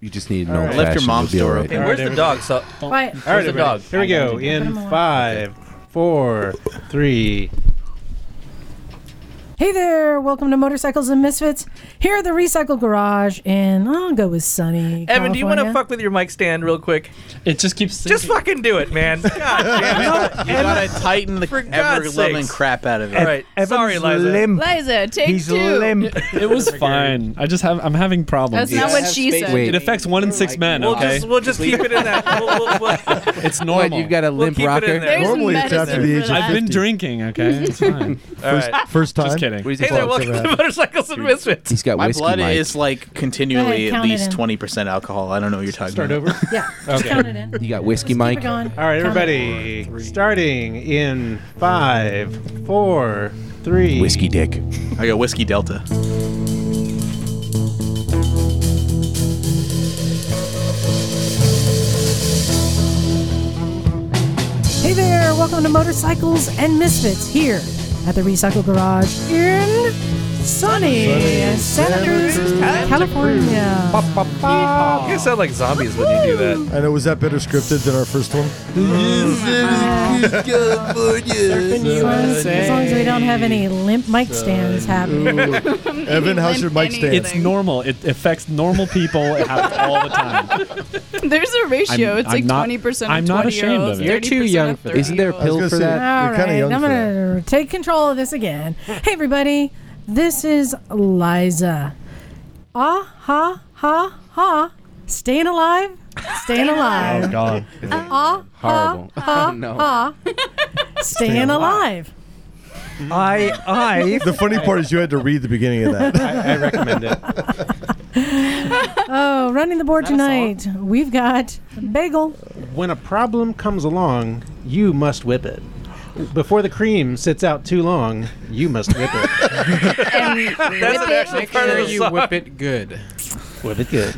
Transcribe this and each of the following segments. You just need an All old right. fashioned. Left your mom's You'll be door all right. open. All Where's right, the everybody. dog? So, Quiet. all right, the everybody. dog? Here we I got go. you, dude. Put In him away. five, four, three. Hey there, welcome to Motorcycles and Misfits. Here at the Recycle Garage, and I'll go with Sunny. Evan, do you want want to fuck with your mic stand real quick? It just keeps. Just fucking do it, man. God damn it. You gotta tighten the For God's ever loving sakes. crap out of it. All right. Sorry, Liza. limp. Liza, take He's two. limp. It was fine. I just have. I'm having problems. That's not Yeah. what she Space said. Wait. it affects one in six men. We'll Okay, just we'll just keep it in that. We'll, we'll, we'll, it's What, normal. you've got a We'll limp keep it rocker? in there. There's Normally it's medicine after the for age of that. I've been drinking. Okay, it's fine. all right. First time. just kidding. What is he Hey there, called? welcome to Motorcycles and Misfits. He's got My whiskey blood Mike. is like continually ahead, at count it least in. 20% alcohol. I don't know what you're talking Start about. over. Yeah, just Okay. count it in. You got whiskey Keep it Mike. going. All right, Count it. everybody. Starting in five, four, three. Whiskey dick. I got Whiskey Delta. Hey there, welcome to Motorcycles and Misfits here at the Recycle Garage in sunny Santa Cruz, California. You guys sound like zombies when you do that. I know, was that better scripted than our first one? As long- as long as we don't have any limp mic stands happening. Evan, how's your mic stand? It's normal. It affects normal people. It happens all the time. There's a ratio. I'm- it's I'm like not- 20% of I'm not 20 year ashamed olds, of it. 30% You're too of young for that. 30 Isn't there a year I was pill gonna for say- that? All You're kinda right, young I'm for gonna take control of this again. Hey, everybody, this is Liza. Ah, ha, ha, ha. Staying alive, Oh, staying alive. God. Ah, Horrible. ha, Oh, no. ha. Staying alive. I, I. the funny part is you had to read the beginning of that. I recommend it. Oh, running the board tonight, we've got Bagel. When a problem comes along, you must whip it. Before the cream sits out too long, you must whip it. That's an actual part of the song. it good. whip it good.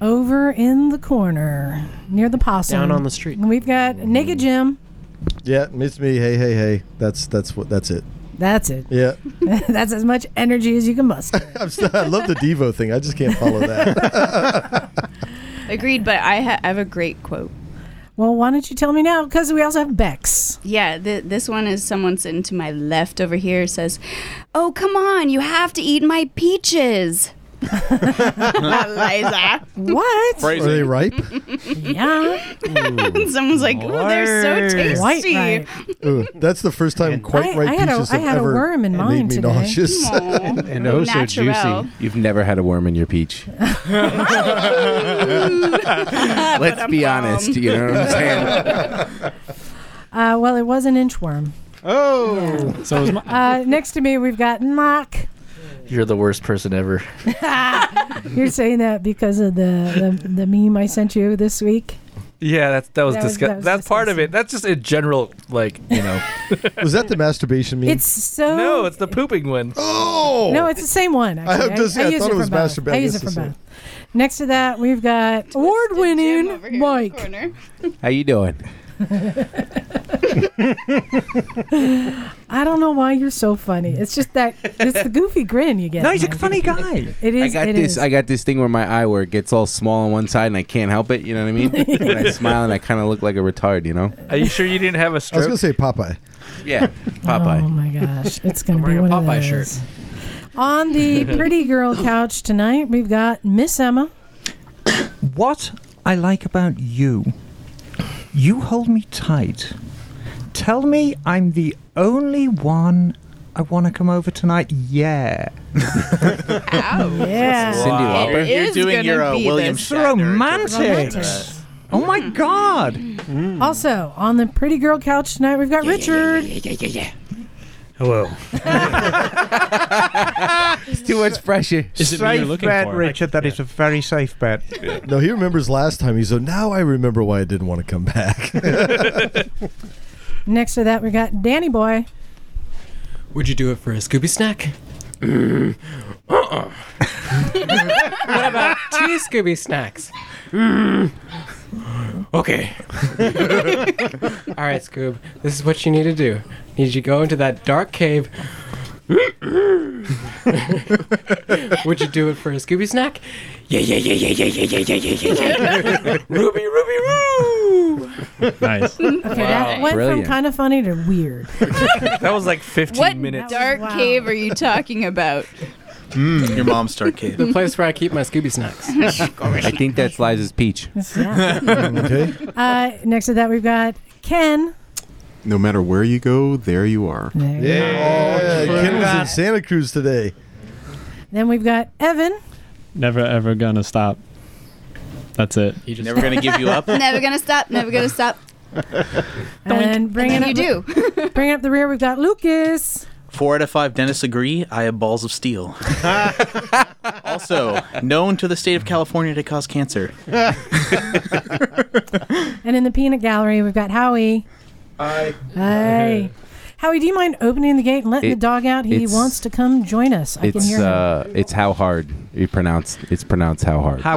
Over in the corner, near the possum. Down on the street. We've got Naked Jim. yeah, it's me. Hey, hey, hey. That's that's what that's it. That's it. Yeah, That's as much energy as you can muster. I'm still, I love the Devo thing. I just can't follow that. Agreed, but I, ha- I have a great quote. Well, why don't you tell me now? Because we also have Bex. Yeah, th- this one is someone sitting to my left over here says, Oh, come on, you have to eat my peaches. Liza. What? Are they ripe? yeah. And someone's like, Oh, they're so tasty. White ripe. Ooh, that's the first time quite I- ripe I had a- peaches I have had a ever worm in made mine me today. nauseous. Aw. And oh, so Natural. juicy. You've never had a worm in your peach. Let's be honest. You know what I'm saying? Uh, well, it was an inchworm. Oh, So is my, Uh, next to me, we've got Mock. You're the worst person ever. You're saying that because of the, the, the meme I sent you this week. Yeah, that's that was That was- that disgusting. was That's part of disgusting. it. That's just a general like you know. Was that the masturbation meme? It's so. no, it's the pooping one. oh, No, it's the same one. Actually. have to say, I use thought it for was both. masturbate. I I use guess it for it's the both. Next to that, we've got award Jim over here winning in the Mike. corner. How you doing? I don't know why you're so funny. It's just that it's the goofy grin you get. no, he's a Mike. funny guy. It is. I got it this. is. Oh I got this thing where my eyewear gets all small on one side, and I can't help it. You know what I mean? when I smile, and I kind of look like a retard. You know? Are you sure you didn't have I a was gonna stroke? say Popeye. Yeah. Popeye. Oh my gosh, it's gonna be wearing a one of Popeye those. shirt. On the pretty girl couch tonight, we've got Miss Emma. What I like about you, you hold me tight. Tell me I'm the only one I want to come over tonight. Yeah. Ow. Yeah. Cindy Lauper. It You're is doing your gonna uh, be William this. Shatner. Romantic. Oh my god. Mm. Also on the pretty girl couch tonight, we've got Richard. Hello. It's too much pressure. is it me you're looking for? That is a very safe bet. No, he remembers last time. He's like, now I remember why I didn't want to come back. Next to that, we got Danny Boy. Would you do it for a Scooby snack? Uh-uh. what about two Scooby snacks? Mm-hmm. okay. All right, Scoob. This is what you need to do. Need you to go into that dark cave, Would you do it for a Scooby snack? Yeah, yeah, yeah, yeah, yeah, yeah, yeah, yeah, yeah, yeah. Ruby, Ruby, Roo! Nice. Okay, that went Brilliant. from kind of funny to weird. that was like 15 What minutes. dark Wow. cave are you talking about? Mm, Your mom's dark cave. The place where I keep my Scooby snacks. I think that's Liza's peach. okay. Uh, next to that, we've got Ken. No matter where you go, there you are. Yeah, Oh, Ken was in Santa Cruz today. Then we've got Evan. Never ever gonna stop. That's it. Never gonna give you up. never gonna stop. Never gonna stop. And bringing up And then you do. bringing up the rear, we've got Lucas. Four out of five dentists agree. I have balls of steel. also known to the state of California to cause cancer. And in the peanut gallery, we've got Howie. I Hey. Howie, do you mind opening the gate and letting It- the dog out? He it's- wants to come join us. I can It's hear him. uh, it's how hard you pronounce. It's pronounced how hard. I, I How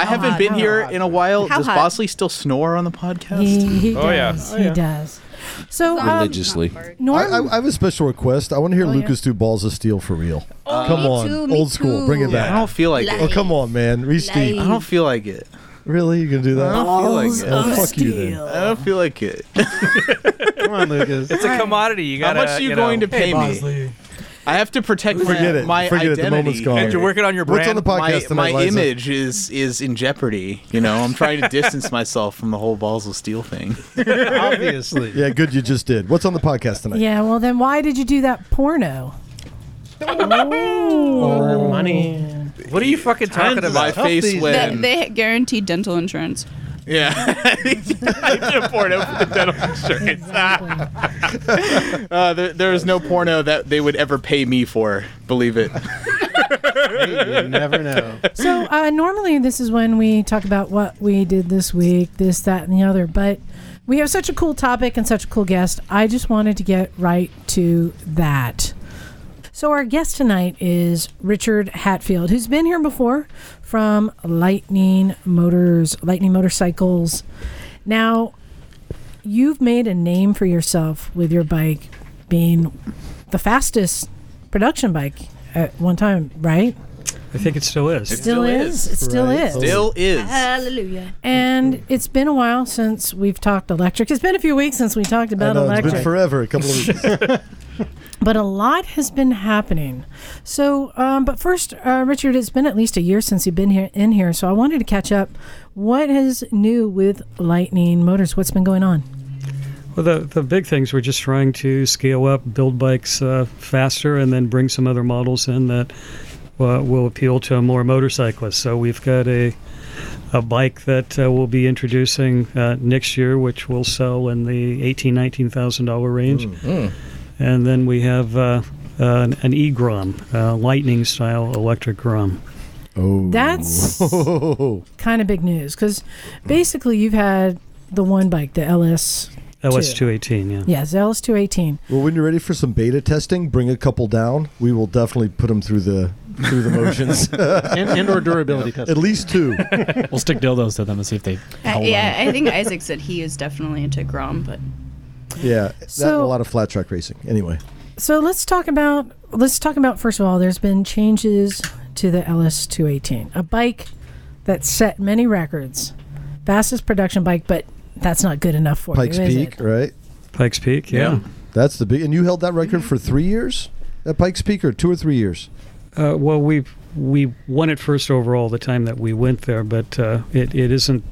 haven't hard, been how here in a while. How Does hard? Bosley still snore on the podcast? He, he Oh, yeah. does. Oh, He yeah. does. So um, Religiously. Norm, I, I, I have a special request. I want to hear Oh, yeah. Lucas do balls of steel for real. Uh, come me on, too, me old school, bring it too. back. I don't feel like it. Oh, come on, man, reach deep. I don't feel like it. Really, you gonna do that? I don't feel like Balls it. of Oh, fuck you then. I don't feel like it. Come on, Lucas. It's a commodity. You How gotta, much are you, going to pay me? I have to protect Forget my, my it. Forget it. identity. The moment's gone. And you're working on your What's brand. on the podcast my, tonight, my Liza? image is is in jeopardy. You know, I'm trying to distance myself from the whole balls of steel thing. Obviously. Yeah, good. You just did. What's on the podcast tonight? yeah, well, then why did you do that porno? Or money. What are you fucking talking My about? face They, when they guarantee dental insurance. yeah, I did porno for the dental insurance. uh, there, there is no porno that they would ever pay me for. Believe it. You never know. So uh, normally this is when we talk about what we did this week, this, that, and the other. But we have such a cool topic and such a cool guest. I just wanted to get right to that. So our guest tonight is Richard Hatfield, who's been here before from Lightning Motors, Lightning Motorcycles. Now, you've made a name for yourself with your bike being the fastest production bike at one time, right? I think it still is. still is. It still Right. is. Still is. Hallelujah. And it's been a while since we've talked electric. It's been a few weeks since we talked I about know it's been electric. forever. A couple of weeks. But a lot has been happening. So, um, but first, uh, Richard, it's been at least a year since you've been here in here. So I wanted to catch up. What is new with Lightning Motors? What's been going on? Well, the, the big things we're just trying to scale up, build bikes uh, faster, and then bring some other models in that uh, will appeal to more motorcyclists. So we've got a a bike that uh, we'll be introducing uh, next year, which will sell in the eighteen nineteen thousand dollar range, and then we have uh, uh, an e grom, uh, lightning style electric grom. Oh, That's kind of big news because basically you've had the one bike, the LS. LS two eighteen, yeah. Yes, LS two eighteen. Well, when you're ready for some beta testing, bring a couple down. We will definitely put them through the through the motions. And, and or durability test. At least two. We'll stick dildos to them and see if they I, hold Uh, yeah, I think Isaac said he is definitely into Grom, but Yeah, that and a So- lot of flat track racing. Anyway, So let's talk about let's talk about first of all. There's been changes to the LS two eighteen, a bike that set many records, fastest production bike, but that's not good enough for Pikes you, is Peak, it? right? Pikes Peak, yeah. That's the big. And you held that record for three years at Pikes Peak, or two or three years. Uh, well, we we won it first overall the time that we went there, but uh, it it isn't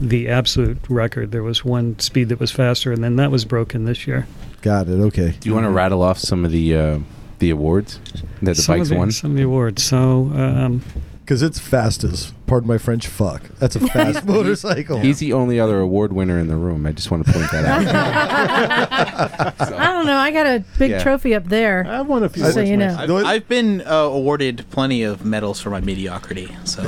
the absolute record. There was one speed that was faster, and then that was broken this year. Got it. Okay. Do you want to rattle off some of the uh, the awards that the some bikes of the, won? some of the awards. So um, Because it's fast as, pardon my French, fuck. That's a fast motorcycle. He's the only other award winner in the room. I just want to point that out. I don't know. I got a big Yeah. trophy up there. I won a few. So awards you know. myself. I've, I've been uh, awarded plenty of medals for my mediocrity. So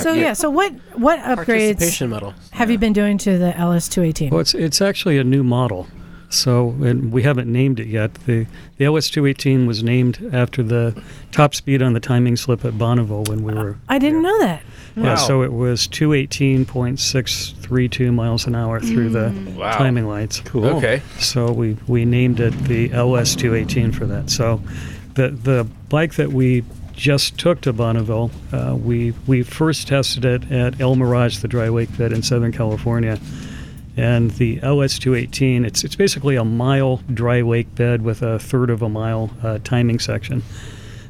so yeah. So what what upgrades Participation medal. have you been doing to the LS two eighteen? well, it's it's actually a new model. So and we haven't named it yet. The the LS two eighteen was named after the top speed on the timing slip at Bonneville when we were. I didn't know that. Yeah, so it was 218.632 miles an hour through Mm. the timing lights. Cool. Okay. So we, we named it the LS218 for that. So the the bike that we just took to Bonneville, uh, we we first tested it at El Mirage, the dry wake pit in Southern California, and the LS 218. It's it's basically a mile dry wake bed with a third of a mile uh, timing section.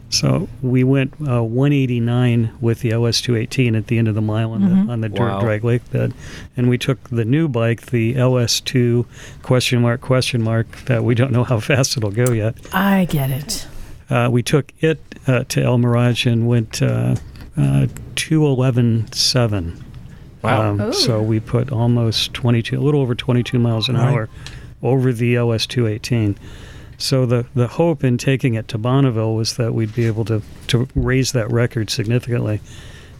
So we went uh, 189 with the LS 218 at the end of the mile on Mhm. the on the dirt Wow. dry Drag Lake bed, and we took the new bike, the LS2 question mark question mark that we don't know how fast it'll go yet. I get it. Uh, we took it uh, to El Mirage and went uh, uh, 211.7. Wow. Oh. Um, Ooh. so we put almost 22, a little over 22 miles an Right. hour over the LS 218. So the, the hope in taking it to Bonneville was that we'd be able to, to raise that record significantly.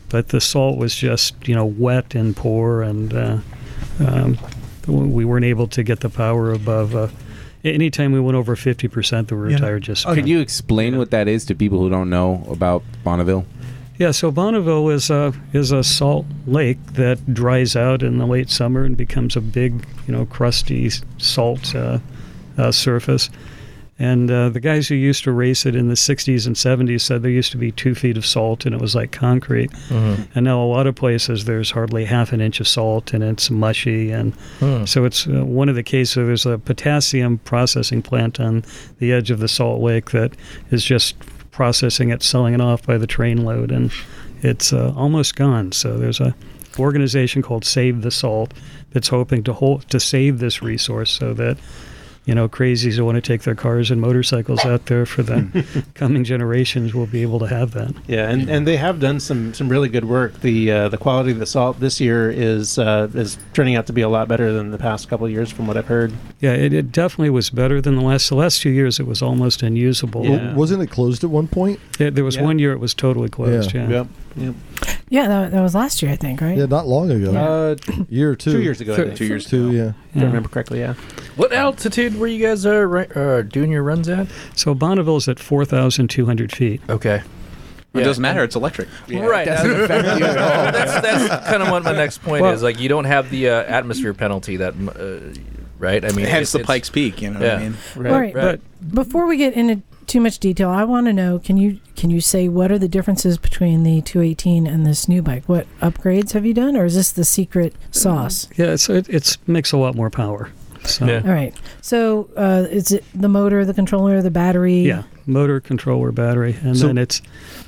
But the salt was just, you know, wet and poor, and uh, um, we weren't able to get the power above. Uh, anytime we went over 50%, the rear tire just Could you explain what that is to people who don't know about Bonneville? Yeah, so Bonneville is a is a salt lake that dries out in the late summer and becomes a big, you know, crusty s- salt uh, uh, surface. And uh, the guys who used to race it in the 60s and 70s said there used to be two feet of salt and it was like concrete. Mhm. And now a lot of places there's hardly half an inch of salt and it's mushy. And Hmm. so it's uh, one of the cases where there's a potassium processing plant on the edge of the salt lake that is just processing it, selling it off by the train load, and it's uh, almost gone. So there's a organization called Save the Salt that's hoping to hold to save this resource so that you know crazies who want to take their cars and motorcycles out there for the coming generations will be able to have that. Yeah, and, and they have done some, some really good work. The uh, the quality of the salt this year is uh, is turning out to be a lot better than the past couple of years, from what I've heard. Yeah, it, it definitely was better than the last the last two years. It was almost unusable. Well, wasn't it closed at one point? There- there was Yeah. one year it was totally closed. Yeah. Yeah. Yep, Yeah, that, that was last year, I think, right? Yeah, not long ago. Uh, year or two. two years ago, I think. Two years Two, yeah. If I remember correctly, yeah. What altitude were you guys uh, ri- uh, doing your runs at? So Bonneville is at 4,200 feet. Okay. It doesn't matter. It's electric. right. doesn't affect you at all. That's, that's kind of what my next point Well- is. Like, you don't have the uh, atmosphere penalty that, m- uh, right? I mean, Hence the Pikes Peak. You know what I mean? Right. All right, but before we get into too much detail, I want to know: can you can you say what are the differences between the 218 and this new bike? What upgrades have you done, or is this the secret sauce? Yeah, it's, it it's, makes a lot more power. So. All right, so uh, is it the motor, the controller, the battery? Yeah, motor controller battery, and So- then it's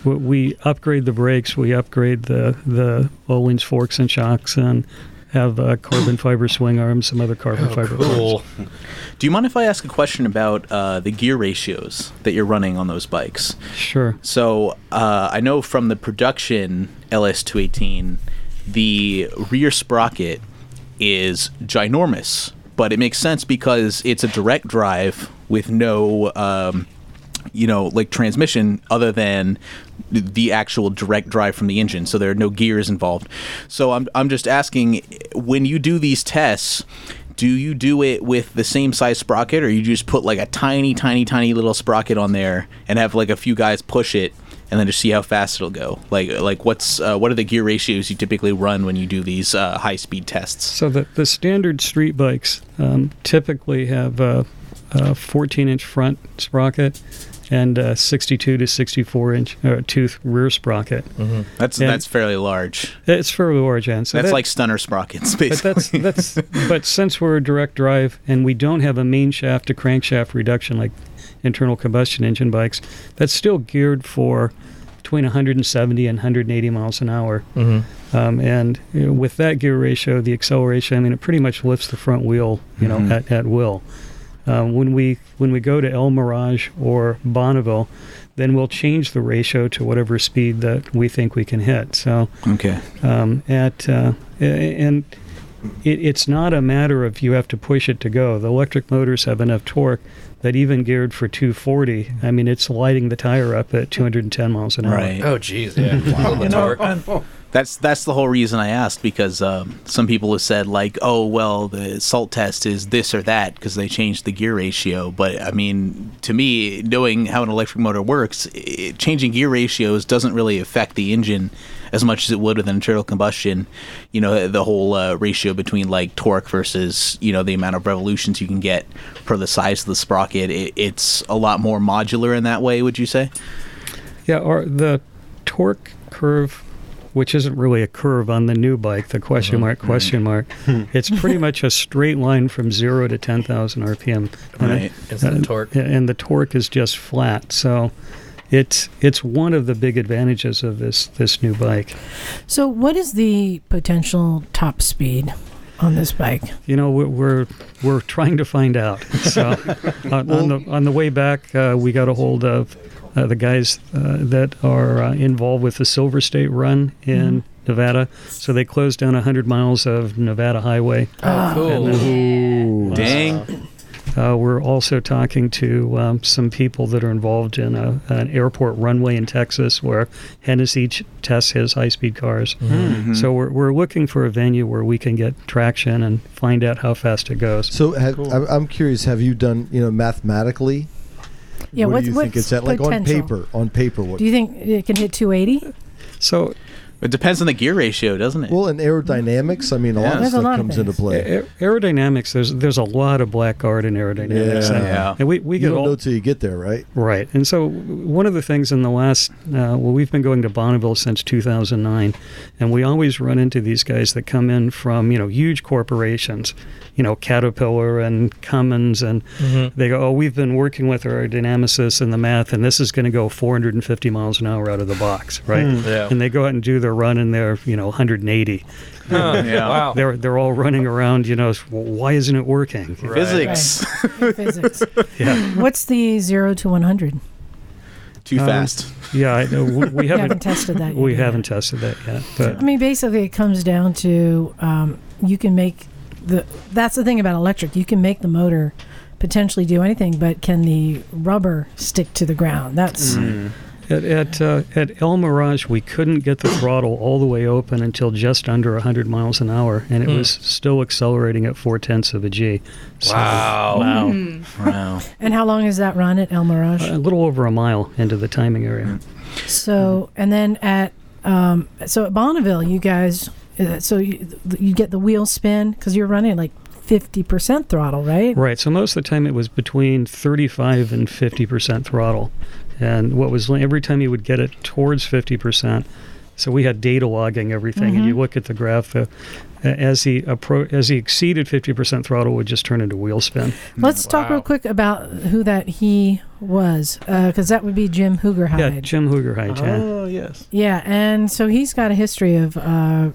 we- we upgrade the brakes, we upgrade the the Ohlins forks and shocks, and have uh, carbon fiber swing arms, some other Oh, carbon fiber. Arms. Do you mind if I ask a question about uh, the gear ratios that you're running on those bikes? Sure. So uh, I know from the production LS218, the rear sprocket is ginormous, but it makes sense because it's a direct drive with no, um, you know, like transmission other than th- the actual direct drive from the engine. So there are no gears involved. So I'm I'm just asking, when you do these tests. Do you do it with the same size sprocket, or you just put like a tiny, tiny, tiny little sprocket on there and have like a few guys push it, and then just see how fast it'll go? Like, like what's uh, what are the gear ratios you typically run when you do these uh, high speed tests? So the the standard street bikes um, typically have a, a 14 inch front sprocket and a 62 to 64 inch or tooth rear sprocket. Mm-hmm. That's And- that's fairly large. It's fairly large, and so that's that- like stunner sprockets, But basically. that's that's but since we're a direct drive and we don't have a main shaft to crankshaft reduction like internal combustion engine bikes, that's still geared for between 170 and 180 miles an hour. Mhm. Um, and you know, with that gear ratio, the acceleration, I mean, it pretty much lifts the front wheel, you know, Mhm. at, at will. Um, when we when we go to El Mirage or Bonneville, then we'll change the ratio to whatever speed that we think we can hit. So Okay. um, at uh, a- and it, it's not a matter of you have to push it to go. The electric motors have enough torque that even geared for 240, I mean, it's lighting the tire up at 210 miles an hour. Right. Oh, jeez. Yeah. You know, uh, That's that's the whole reason I asked because um, some people have said like, oh well, the salt test is this or that because they changed the gear ratio. But I mean, to me, knowing how an electric motor works, i changing gear ratios doesn't really affect the engine as much as it would with an internal combustion. You know, the whole uh, ratio between like torque versus you know the amount of revolutions you can get per the size of the sprocket. It, it's a lot more modular in that way. Would you say? Yeah, or the torque curve, which isn't really a curve on the new bike, the Uh-huh. question mark, question mark. Hmm. it's pretty much a straight line from zero to 10,000 RPM. And Right. it- Is the and- torque. And the torque is just flat. So it's, it's one of the big advantages of this, this new bike. So, what is the potential top speed on this bike? You know, we're we're, we're trying to find out. So on, on the on the way back, uh, we got a hold of uh, the guys uh, that are uh, involved with the Silver State Run in Mhm. Nevada. So they closed down 100 miles of Nevada highway. Oh, cool. And Ooh. Dang. Uh, we're also talking to um, some people that are involved in a, an airport runway in Texas where Hennessy ch- tests his high speed cars. Mhm. So we're, we're looking for a venue where we can get traction and find out how fast it goes. So have, I'm- I'm curious. Have you done you know mathematically? Yeah, what what's- do you think what's it's at? Like on potential? paper, on paper, what? Do you think it can hit 280? So it depends on the gear ratio, doesn't it? Well, in aerodynamics, I mean, a lot of There's a stuff lot of comes into play. A- aerodynamics, there's there's a lot of black art in aerodynamics. And- And we, we you get don't all know till you get there, right? Right. And so, w- one of the things in the last, uh, well, we've been going to Bonneville since 2009, and we always run into these guys that come in from, you know, huge corporations, you know, Caterpillar and Cummins, and Mhm. they go, oh, we've been working with our dynamicists and the math, and this is going to go 450 miles an hour out of the box, right? Hmm. Yeah. And they go out and do their run, and they're, you know, 180. Huh. Yeah. Wow. They're, they're all running around, you know, "Well, why isn't it working? Physics. Physics. Yeah. What's the 0 to 100? Too Um, fast. Yeah, I know. We- We haven't, You haven't tested that We yet. haven't tested that yet. But I mean, basically, it comes down to um, you can make the. That's the thing about electric. You can make the motor potentially do anything, but can the rubber stick to the ground? That's. Mm. Mm. at at, uh, at El Mirage, we couldn't get the throttle all the way open until just under 100 miles an hour, and it Hmm. was still accelerating at four tenths of a g. So- Wow. wow, Uh, Mm. wow! And how long is that run at El Mirage? A little over a mile into the timing Mm. area. So, and then at um, so at Bonneville, you guys, uh, so you, you get the wheel spin because you're running like fifty percent throttle, right? Right. So most of the time it was between 35 and 50% throttle. And what was every time you would get it towards 50%. So we had data logging everything and you look at the graph uh, as he appro- as he exceeded 50% throttle would just turn into wheel spin. Let's talk real quick about who that he was, because that would be Jim Hoogerheide. Yeah, Jim Hoogerheide. Oh, yes. Yeah, and so he's got a history of uh,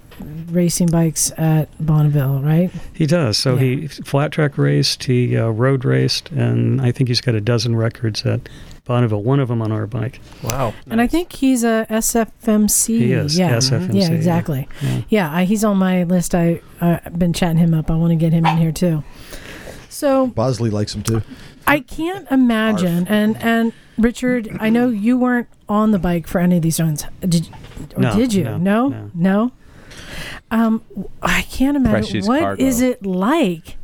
racing bikes at Bonneville, right? He does. So he flat track raced, he uh, road raced, and I think he's got a dozen records at Bonneville, one of them on our bike. Wow. And I think he's a SFMC. He is, yeah, Mm-hmm. SFMC, Yeah, yeah. exactly. Yeah. Yeah, I, he's on my list. I uh, I've been chatting him up. I want to get him in here too. So Bosley likes them too. I can't imagine. And and Richard, I know you weren't on the bike for any of these runs. Did or No, did you? no, No, no. Um, I can't imagine. Precious What is cargo. it like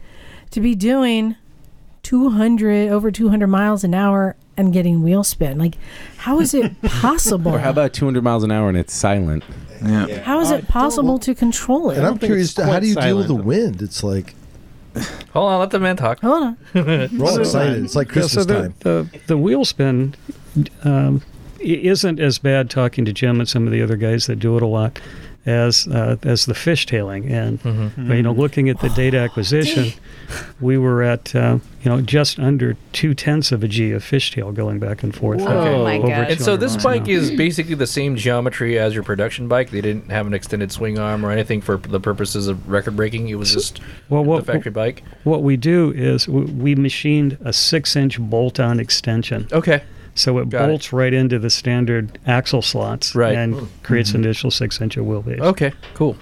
to be doing 200 over 200 miles an hour and getting wheel spin? Like, how is it possible? Or how about 200 miles an hour and it's silent? Yeah. How is it possible to control it? And I'm curious, how do you deal with the wind? It's like Hold on, let the man talk. Hold on. We're all excited. It's like Yeah, so Christmas the, time. The, the wheel spin um, i- isn't as bad talking to Jim and some of the other guys that do it a lot as uh, as the fishtailing and Mm-hmm. but, you know looking at the data acquisition, we were at uh, you know just under two tenths of a g of fishtail going back and forth. Oh over 200 And so this miles an bike hour. is basically the same geometry as your production bike. They didn't have an extended swing arm or anything for the purposes of record breaking. It was just Well, what, the factory bike. What we do is we, we machined a six-inch bolt-on extension. Okay. So it Got it. bolts right into the standard axle slots Right. and Mm. creates an initial six-inch wheelbase. Okay, cool.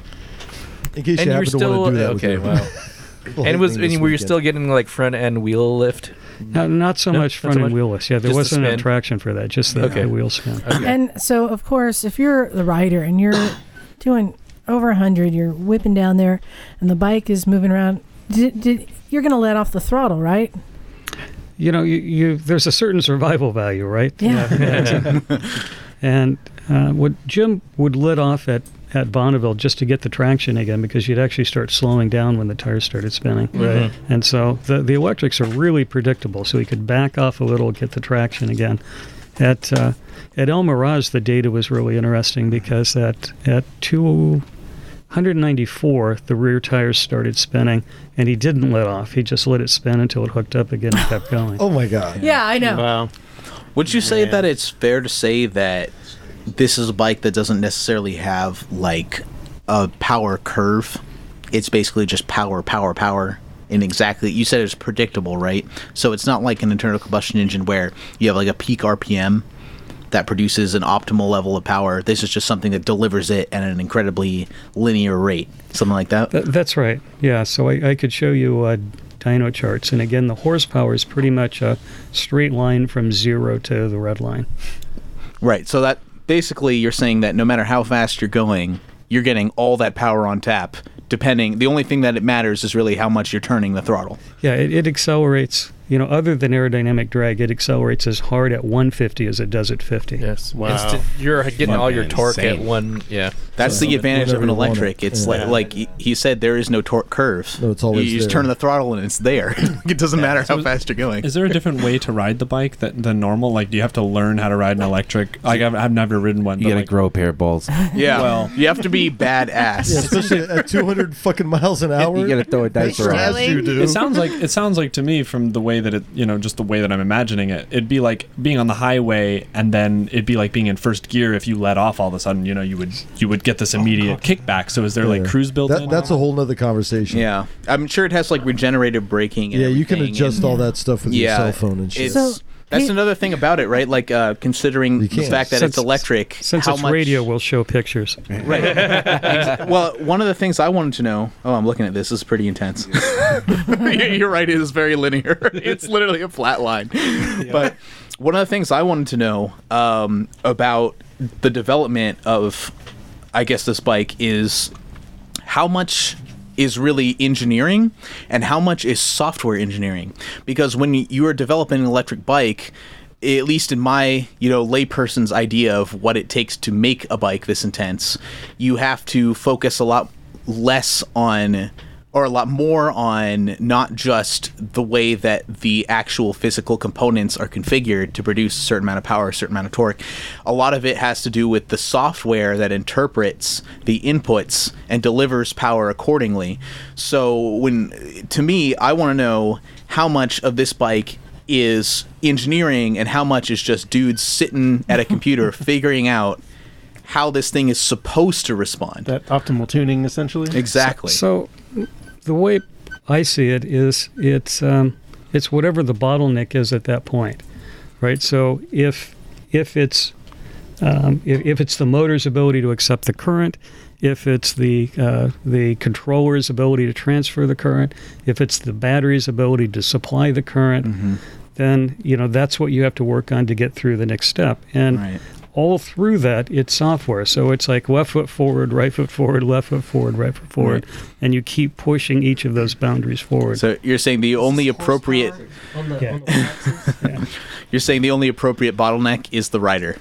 In case you And you're happen to still want to do that. okay. With Wow. Well, and was hopefully this and were you weekend. still getting like front end wheel lift? No, not so No, much not so front and much? wheelless. Yeah, there Just the wasn't spin. enough traction for that. Just the, Okay. the wheel spin. And so, of course, if you're the rider and you're doing over 100, you're whipping down there, and the bike is moving around, did, did, you're going to let off the throttle, right? You know, you, you there's a certain survival value, right? Yeah. and Uh, what Jim would let off at, at Bonneville just to get the traction again because you'd actually start slowing down when the tires started spinning. Right. Mhm. Mm-hmm. And so the, the electrics are really predictable, so he could back off a little, get the traction again. At uh, at El Mirage, the data was really interesting because at at 294, the rear tires started spinning, and he didn't let off. He just let it spin until it hooked up again and kept going. Oh my god! Yeah, I know. Wow. Would you say that it's fair to say that this is a bike that doesn't necessarily have like a power curve? It's basically just power, power, power. And exactly, you said it's predictable, right? So it's not like an internal combustion engine where you have like a peak RPM that produces an optimal level of power. This is just something that delivers it at an incredibly linear rate, something like that. Th- that's right. Yeah. So I, I could show you uh, dyno charts, and again, the horsepower is pretty much a straight line from zero to the red line. Right. So that basically you're saying that no matter how fast you're going, you're getting all that power on tap. Depending, the only thing that it matters is really how much you're turning the throttle. Yeah, it, it accelerates. You know, other than aerodynamic drag, it accelerates as hard at 150 as it does at 50. Yes. Instant- you're getting all your torque at one. Yeah, That's the advantage of an whatever you want electric. it. It's Yeah. like like he- he said, there is no torque curve. No, it's always you just there. turn the throttle and it's there. it doesn't matter how fast you're going. Is there a different way to ride the bike that than normal? Like, do you have to learn how to ride an electric? Like, I've, I've never ridden one. You gotta like, grow a pair of balls. Yeah. you have to be badass. Yeah, especially at 200 fucking miles an hour. You gotta throw a dice around. Yes, you do. It sounds like it sounds like to me from the way that it, you know, just the way that I'm imagining it. It'd be like being on the highway, and then it'd be like being in first gear. If you let off all of a sudden, you know, you would you would get this immediate kickback. So is there like Yeah. cruise built That- in? That's a whole nother conversation. Yeah, I'm sure it has like regenerative braking. And Yeah, you can everything, adjust and- all that stuff with your Yeah, cell phone and shit. It's, that's another thing about it, right? Like uh, considering the can't. fact that Since- it's electric, Since how it's much radio, we'll show pictures. Right. Ex- well, one of the things I wanted to know. Oh, I'm looking at this. This is pretty intense. You're right. It is very linear. It's literally a flat line. But one of the things I wanted to know um, about the development of, I guess, this bike is how much is really engineering and how much is software engineering because when y- you are developing an electric bike at least in my you know layperson's idea of what it takes to make a bike this intense you have to focus a lot less on or a lot more on not just the way that the actual physical components are configured to produce a certain amount of power, a certain amount of torque. A lot of it has to do with the software that interprets the inputs and delivers power accordingly. So when to me, I want to know how much of this bike is engineering and how much is just dudes sitting at a computer figuring out how this thing is supposed to respond. That optimal tuning, essentially. Exactly. So, the way I see it is, it's um, it's whatever the bottleneck is at that point, right? So if if it's um, if, if it's the motor's ability to accept the current, if it's the uh, the controller's ability to transfer the current, if it's the battery's ability to supply the current, then you know that's what you have to work on to get through the next step. And all through that, it's software. So it's like left foot forward, right foot forward, left foot forward, right foot forward, and you keep pushing each of those boundaries forward. So you're saying the only appropriate You're saying the only appropriate bottleneck is the rider.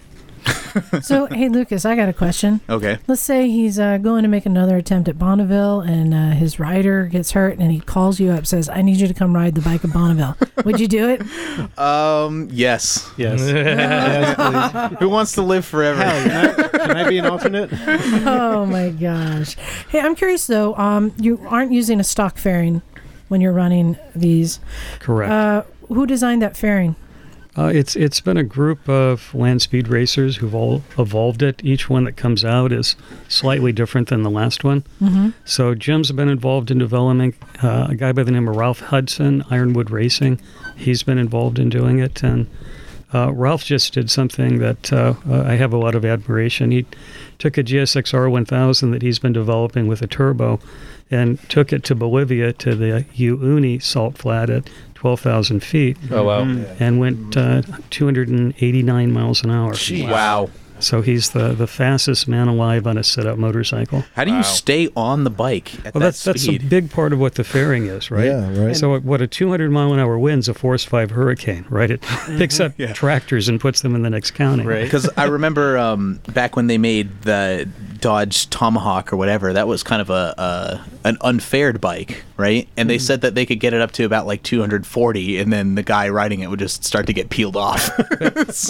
so hey, Lucas, I got a question. Okay. Let's say he's uh, going to make another attempt at Bonneville, and uh, his rider gets hurt, and he calls you up, says, "I need you to come ride the bike at Bonneville." Would you do it? Um yes. Yes. Who wants to live forever? Can I be an alternate? oh my gosh! Hey, I'm curious though. Um, you aren't using a stock fairing when you're running these, Correct. Uh, who designed that fairing? Uh, it's it's been a group of land speed racers who've all evolved it. Each one that comes out is slightly different than the last one. Mhm. So Jim's been involved in developing. Uh, a guy by the name of Ralph Hudson, Ironwood Racing, he's been involved in doing it. And uh, Ralph just did something that uh, uh, I have a lot of admiration. He took a GSXR 1000 that he's been developing with a turbo, and took it to Bolivia to the Uuni salt flat at 12,000 feet. Oh, wow. And went uh, 289 miles an hour. Wow. So he's the, the fastest man alive on a sit up motorcycle. How do you stay on the bike at Well, that that's that's a speed? big part of what the fairing is, right? Yeah, right. So what a 200 mile an hour wind's a force five hurricane, right? It Mm-hmm. picks up tractors and puts them in the next county. Because I remember um, back when they made the Dodge Tomahawk or whatever, that was kind of a uh, an unfaired bike, right? And they said that they could get it up to about like 240, and then the guy riding it would just start to get peeled off.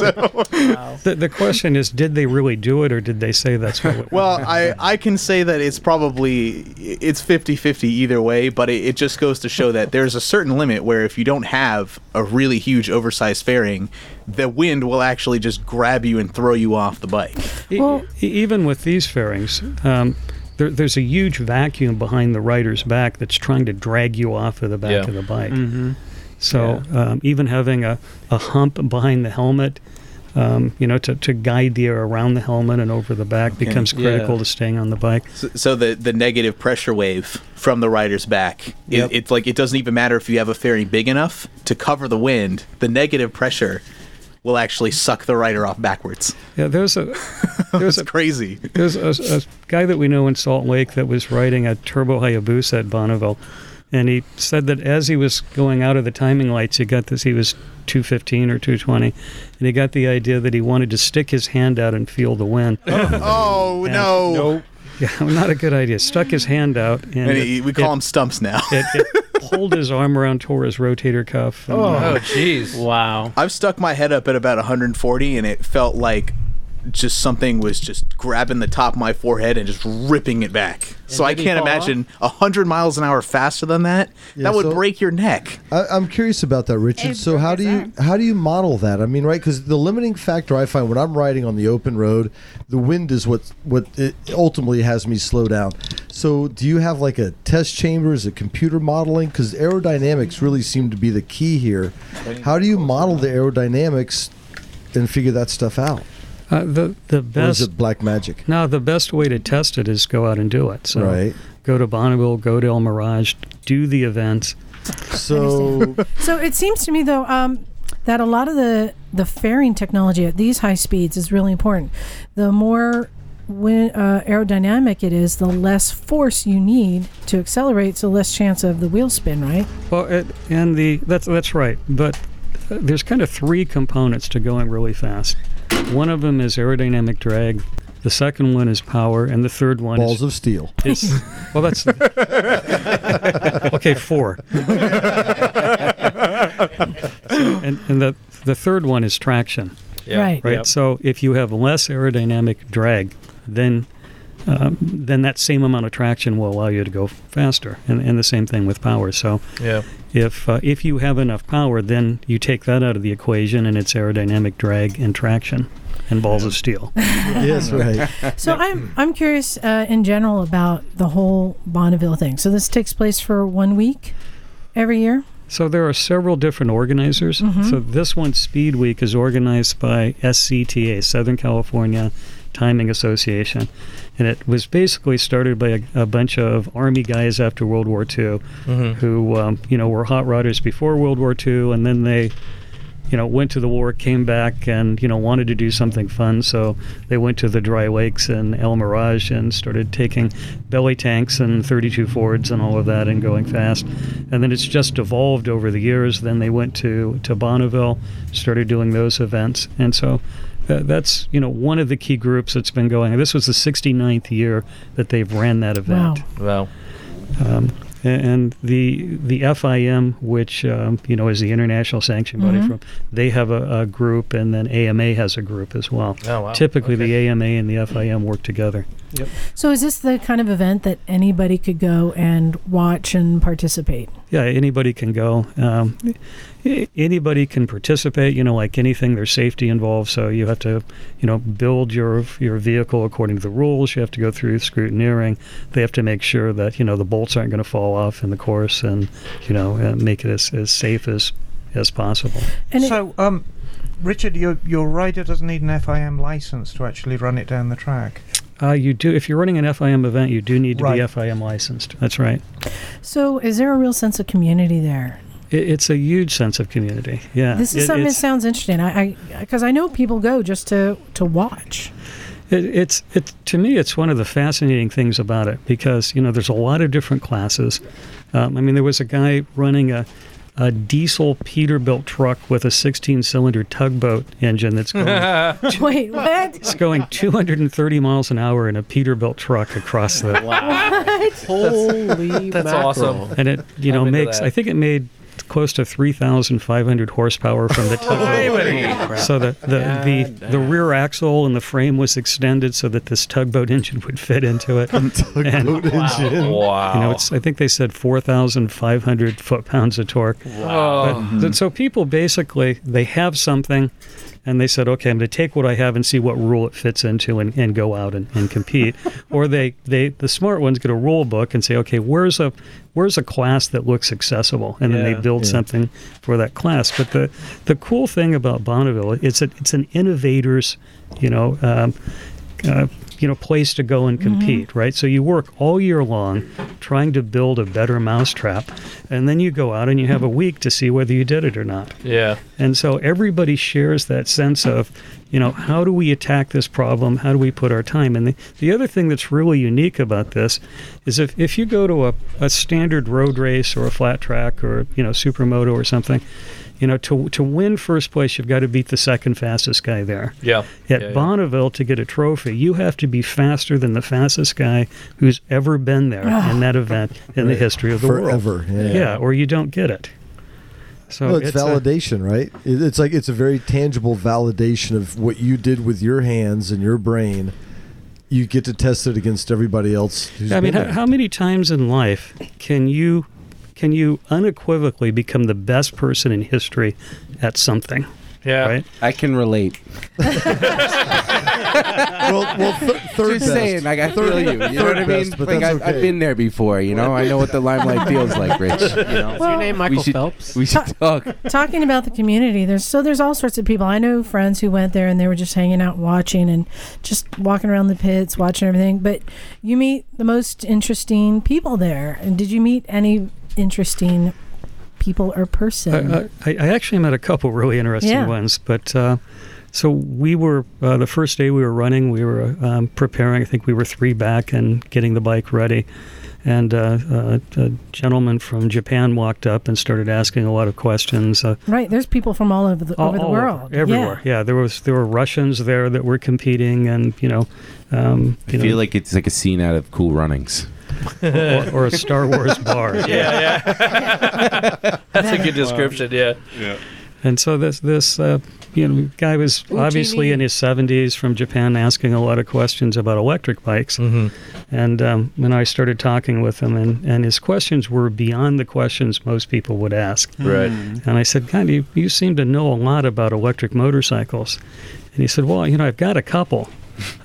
the, the question is, did they really do it, or did they say that's what? It, well, I, I can say that it's probably it's 50-50 either way, but it, it just goes to show that there's a certain limit where if you don't have a really huge oversized fairing, the wind will actually just grab you and throw you off the bike. E- e- even with these fairings, um, there, there's a huge vacuum behind the rider's back that's trying to drag you off of the back Yeah. of the bike. Mhm. So um, even having a, a hump behind the helmet, um, you know, to, to guide you around the helmet and over the back becomes Yeah. critical to staying on the bike. So, so the the negative pressure wave from the rider's back, it, Yep. it's like it doesn't even matter if you have a fairing big enough to cover the wind. The negative pressure will actually suck the rider off backwards. Yeah, there's a there's a, crazy. There's a, a guy that we know in Salt Lake that was riding a turbo Hayabusa at Bonneville, and he said that as he was going out of the timing lights, he got this. He was 215 or 220, and he got the idea that he wanted to stick his hand out and feel the wind. oh no! Yeah, not a good idea. Stuck his hand out, and, And he- we call it- him stumps now. it, it pulled his arm around Tora's rotator cuff. Oh, Oh, and, uh, jeez! Wow. I've stuck my head up at about 140, and it felt like just something was just grabbing the top of my forehead and just ripping it back. so I did he can't fall off? imagine 100 miles an hour faster than that. Yeah, that would so- break your neck. I, I'm curious about that, Richard. so how do you how do you model that? I mean, right? Because the limiting factor I find when I'm riding on the open road, the wind is what what it ultimately has me slow down. So do you have like a test chamber? Is it computer modeling? Because aerodynamics really seem to be the key here. How do you model the aerodynamics and figure that stuff out? Uh, the the Or is best it black magic? Now, the best way to test it is go out and do it. So Right. go to Bonneville, go to El Mirage, do the events. So So it seems to me though um, that a lot of the the fairing technology at these high speeds is really important. The more win, uh, aerodynamic it is, the less force you need to accelerate, so less chance of the wheel spin, right? well, it, and the that's that's right. But uh, there's kind of three components to going really fast. One of them is aerodynamic drag. The second one is power, and the third one balls is, of steel. is well, that's okay. Four. and and the the third one is traction. Yeah. Right. Right. Yep. So if you have less aerodynamic drag, then um, then that same amount of traction will allow you to go faster, and, and the same thing with power. So Yeah. if uh, if you have enough power, then you take that out of the equation, and it's aerodynamic drag and traction, and balls of steel. yes, right. So I'm I'm curious uh, in general about the whole Bonneville thing. So this takes place for one week every year. So there are several different organizers. So this one, Speed Week, is organized by SCTA, Southern California Timing Association, and it was basically started by a, a bunch of Army guys after World War II, Mm-hmm. Mhm. who um, you know were hot rodders before World War II, and then they. You know, went to the war, came back, and you know wanted to do something fun. So they went to the dry lakes and El Mirage and started taking belly tanks and 32 Fords and all of that and going fast. And then it's just evolved over the years. Then they went to to Bonneville, started doing those events, and so tha- that's you know one of the key groups that's been going. This was the 69th year that they've ran that event. Wow. Um, a- and the the FIM, which um, you know is the international sanction body Mhm. from, they have a, a group, and then AMA has a group as well. Oh, wow. Typically, the AMA and the FIM work together. Yep. So is this the kind of event that anybody could go and watch and participate? Yeah, anybody can go. Um, a- anybody can participate. You know, like anything, there's safety involved. So you have to, you know, build your your vehicle according to the rules. You have to go through scrutineering. They have to make sure that you know the bolts aren't going to fall off in the course, and you know, uh, make it as, as safe as as possible. so, um, Richard, your your rider doesn't need an FIM license to actually run it down the track. Uh, you do if you're running an FIM event, you do need to Right. be FIM licensed. That's right. So is there a real sense of community there? it, it's a huge sense of community. Yeah, This is It- something that it's- sounds interesting. I because I know people go just to to watch. It, it's it to me. It's one of the fascinating things about it because you know there's a lot of different classes. Um, I mean, there was a guy running a a diesel Peterbilt truck with a 16-cylinder tugboat engine that's going. Wait, what? It's going 230 miles an hour in a Peterbilt truck across the. Holy That's mackerel. awesome. And it, you know, I'm into makes. that. I think it made close to 3,500 horsepower from the tugboat. Holy so the the, crap. the the rear axle and the frame was extended so that this tugboat engine would fit into it. tugboat engine. Wow. You know, it's. I think they said 4,500 foot-pounds of torque. Wow. But- so people basically they have something. And they said, okay, I'm going to take what I have and see what rule it fits into and, and go out and, and compete. or they, they the smart ones get a rule book and say, okay, where's a where's a class that looks accessible? And then Yeah. they build Yeah. something for that class. But the, the cool thing about Bonneville, it's a, it's an innovators, you know, um, uh, you know, place to go and compete, right? So you work all year long trying to build a better mousetrap, and then you go out and you have a week to see whether you did it or not. Yeah. And so everybody shares that sense of, you know, how do we attack this problem? How do we put our time? And the, the other thing that's really unique about this is if, if you go to a, a standard road race or a flat track or, you know, supermoto or something, you know, to, to win first place, you've got to beat the second fastest guy there. Yeah. At Yeah, yeah. Bonneville, to get a trophy, you have to be faster than the fastest guy who's ever been there in that event in the history of the Forever, world. yeah. or you don't get it. So uh, no, it's, a- validation, right? It, it's like it's a very tangible validation of what you did with your hands and your brain. You get to test it against everybody else. who's I mean, been how, there. how many times in life can you can you unequivocally become the best person in history at something? Yeah, right? I can relate. well, well th- third Just best. saying, like I Third- feel you. You know third what I mean? best, but like that's I've, I've okay. been there before. You know, I know what the limelight feels like, Rich. You know? Is your name Michael we should, Phelps? We should talk. Talking about the community, there's so there's all sorts of people. I know friends who went there and they were just hanging out, watching and just walking around the pits, watching everything. But you meet the most interesting people there. And did you meet any interesting people or person? I, I, uh, I actually met a couple really interesting um, Yeah. ones, but uh, so we were uh, the first day we were running, we were um, preparing. I think we were three back and getting the bike ready, and uh, uh, a gentleman from Japan walked up and started asking a lot of questions. Uh, right, there's people from all over the all, over the all world, everywhere. Yeah. there was there were Russians there that were competing, and you know, um, I you know, feel like it's like a scene out of Cool Runnings. or, or a Star Wars bar. Yeah, yeah. That's a good Wow. description. Yeah. Yeah. And so this this uh, you know guy was Ooh, obviously TV. in his seventies from Japan, asking a lot of questions about electric bikes. Mm-hmm. And um, when I started talking with him, and, and his questions were beyond the questions most people would ask. Right. And I said, God, you, you seem to know a lot about electric motorcycles. And he said, Well, you know, I've got a couple.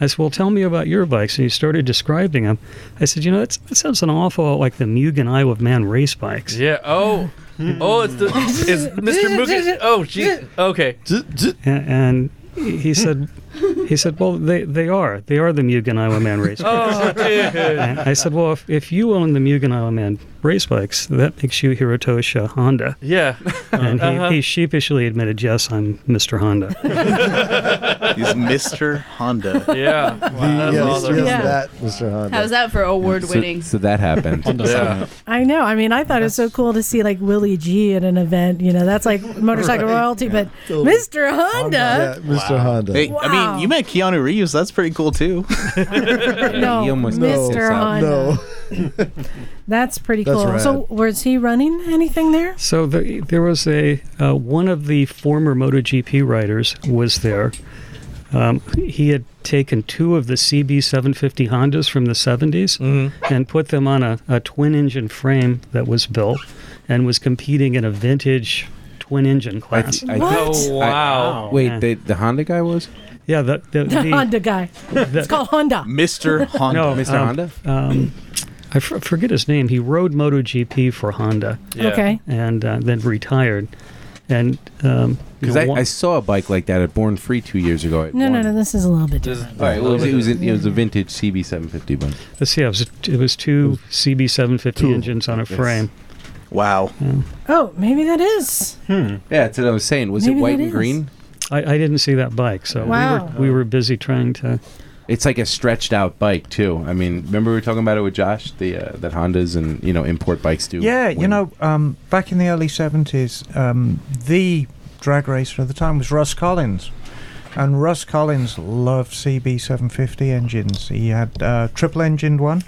I said, Well, tell me about your bikes. And he started describing them. I said, You know, that's, that sounds an awful lot like the Mugen Iowa Man race bikes. Yeah. Oh. Oh, it's the it's Mr. Mookie. Oh, jeez. Okay. A- And he said, he said, well, they, they are. They are the Mugen Iowa Man race bikes. Oh, dude. And I said, well, if, if you own the Mugen Iowa Man race bikes, that makes you Hirotosha Honda. Yeah. And he, Uh-huh. he sheepishly admitted, yes, I'm Mr. Honda. He's Mr. Honda. Yeah. The, yes, yes, Yeah. that, Mr. Honda. How's that for award winning? So that happened. Yeah. I know. I mean, I thought it was so cool to see like Willie G at an event. You know, that's like motorcycle Right. royalty. But Totally. Mr. Honda, Mr. Honda. Hey, I Wow. mean, you met Keanu Reeves. That's pretty cool too. No, he almost Mr. knocked us out. Honda. No. that's pretty That's cool. rad. So, was he running anything there? So the, there was a uh, one of the former MotoGP riders was there. Um, he had taken two of the CB750 Hondas from the 70s Mm-hmm. and put them on a, a twin engine frame that was built and was competing in a vintage twin engine I class. th- I think- I- wait, Yeah. the, the Honda guy was? yeah, the, the, The the- Honda guy. it's called Honda. Mr. Honda. No, Mr. um, Honda? Um, I f- forget his name. He rode MotoGP for Honda. Yeah. Okay. And uh, then retired. And um, you Because know, I, one- I saw a bike like that at Born Free two years ago. No, no, no. This is a little bit different. Hmm. All right, well, it was, it was, it was a vintage CB750 one. Let's see, it was, it was two CB750 Two. engines on a Yes. frame. Wow. Oh, maybe that is. Hmm. Yeah, that's what I was saying. Was Maybe it white that and is. green? I, I didn't see that bike, so Wow. we, were, we were busy trying to. It's like a stretched out bike too. I mean, remember we were talking about it with Josh, the uh, that Hondas and you know import bikes do. Yeah, you win. know, um, back in the early 70s, um, the drag racer at the time was Russ Collins. And Russ Collins loved CB750 engines. He had uh, triple engined one.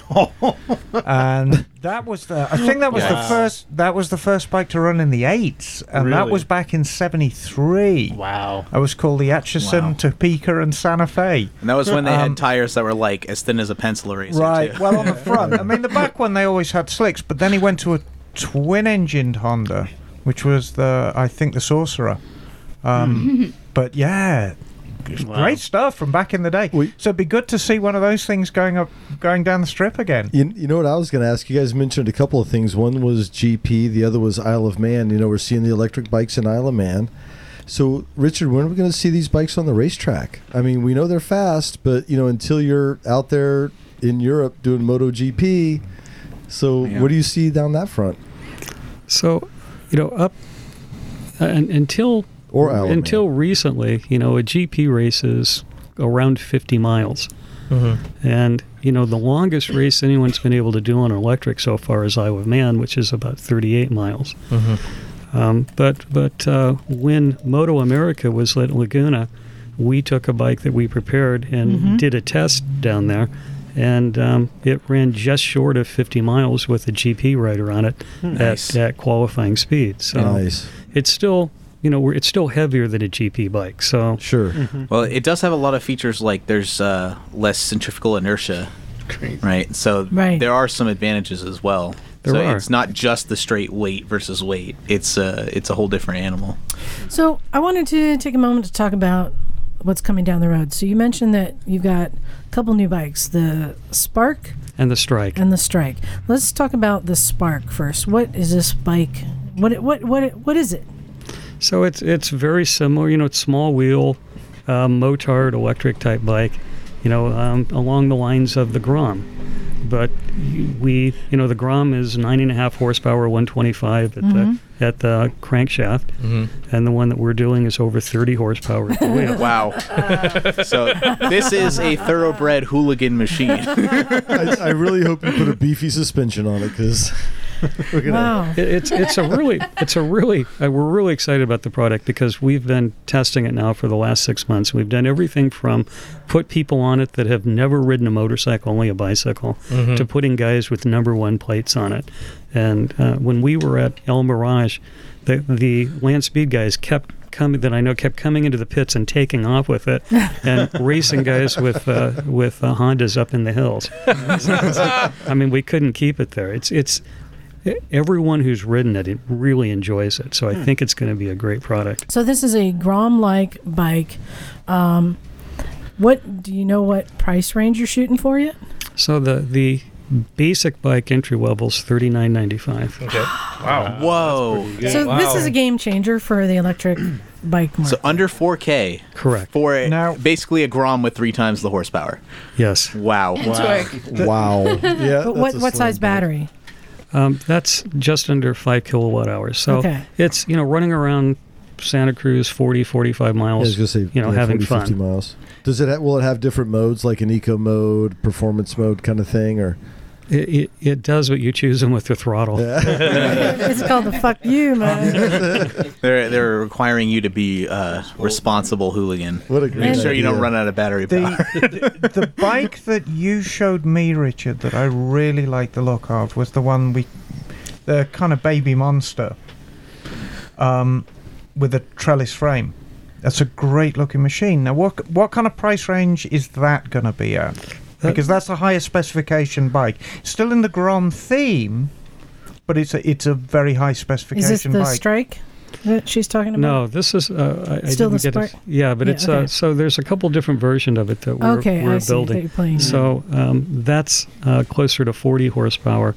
and that was the I think that was Wow. the first that was the first bike to run in the 8s and that Really? was back in 73. Wow. I was called the Atchison, Topeka and Santa Fe. And that was when they Um, had tires that were like as thin as a pencil eraser. Right. too. Well, on the front. I mean, the back one they always had slicks, but then he went to a twin-engined Honda, which was the I think the Sorcerer. Um, but yeah, great stuff from back in the day. so it'd be good to see one of those things going up, going down the strip again. You, you know what I was going to ask? You guys mentioned a couple of things. One was GP, the other was Isle of Man. You know, we're seeing the electric bikes in Isle of Man. So, Richard, when are we going to see these bikes on the racetrack? I mean, we know they're fast, but you know, until you're out there in Europe doing MotoGP, so what do you see down that front? So, you know, up uh, and, until Or Isle of Man. until recently, you know, a GP race is around 50 miles. Mhm. And, you know, the longest race anyone's been able to do on electric so far is Iowa Man, which is about 38 miles. Mhm. Um, but but uh, when Moto America was at Laguna, we took a bike that we prepared and Mhm. did a test down there, and um, it ran just short of 50 miles with a GP rider on it Nice. at, at qualifying speed. So Nice. it's still you know we're, it's still heavier than a GP bike. So sure. Well, it does have a lot of features like there's uh, less centrifugal inertia, right? So Right. there are some advantages as well. There so are. it's not just the straight weight versus weight. It's uh, it's a whole different animal. So I wanted to take a moment to talk about what's coming down the road. So you mentioned that you've got a couple new bikes, the Spark And the strike. and the Strike. Let's talk about the Spark first. What is this bike? What it- what what it- what is it? So it's it's very similar. You know, it's small wheel, uh, motard electric type bike. You know, um, along the lines of the Grom, but y- we you know the Grom is nine and a half horsepower, 125 at Mhm. the at the crankshaft, Mhm. and the one that we're doing is over 30 horsepower at the wheel. wow. so this is a thoroughbred hooligan machine. I, I really hope you put a beefy suspension on it because we're gonna. It, it's it's a really it's a really uh, we're really excited about the product because we've been testing it now for the last six months. We've done everything from put people on it that have never ridden a motorcycle, only a bicycle, Mhm. to putting guys with number one plates on it. And uh, when we were at El Mirage, the the land speed guys kept coming that I know kept coming into the pits and taking off with it and racing guys with uh, with uh, Hondas up in the hills. I mean, we couldn't keep it there. It's it's e, everyone who's ridden it, it really enjoys it. So I think it's going to be a great product. So this is a Grom-like bike. Um, what do you know? What price range you're shooting for yet? So the the basic bike entry level is thirty nine ninety five. Okay. Wow. Whoa. So this is a game changer for the electric bike market. So under 4K. Correct. For a, basically a Grom with three times the horsepower. Yes. Wow. And torque. Wow. yeah. but what what size battery? Um, that's just under five kilowatt hours. So Okay. it's you know running around Santa Cruz 40, 45 Yeah, I miles. was gonna say, you know yeah, having 40, 50 fun. miles. Does it? Ha- will it have different modes, like an eco mode, performance mode, kind of thing, or? It, it, it does what you choose them with the throttle. it's called the fuck you, man. They're they're requiring you to be uh, responsible hooligan. What a Make great sure you don't idea. run out of battery The- power. the bike that you showed me, Richard, that I really liked the look of was the one we, the kind of baby monster, um, with a trellis frame. That's a great looking machine. Now, what what kind of price range is that going to be at? Because that's a higher specification bike. Still in the Grom theme, but it's a it's a very high specification Is this the bike. strike that she's talking about? No, this is uh, I, I Still didn't the get it. Spark? Yeah, but Yeah, it's okay. uh, so there's a couple different versions of it that we're, Okay, I we're see, that building. you're playing. So um, that's uh, closer to 40 horsepower,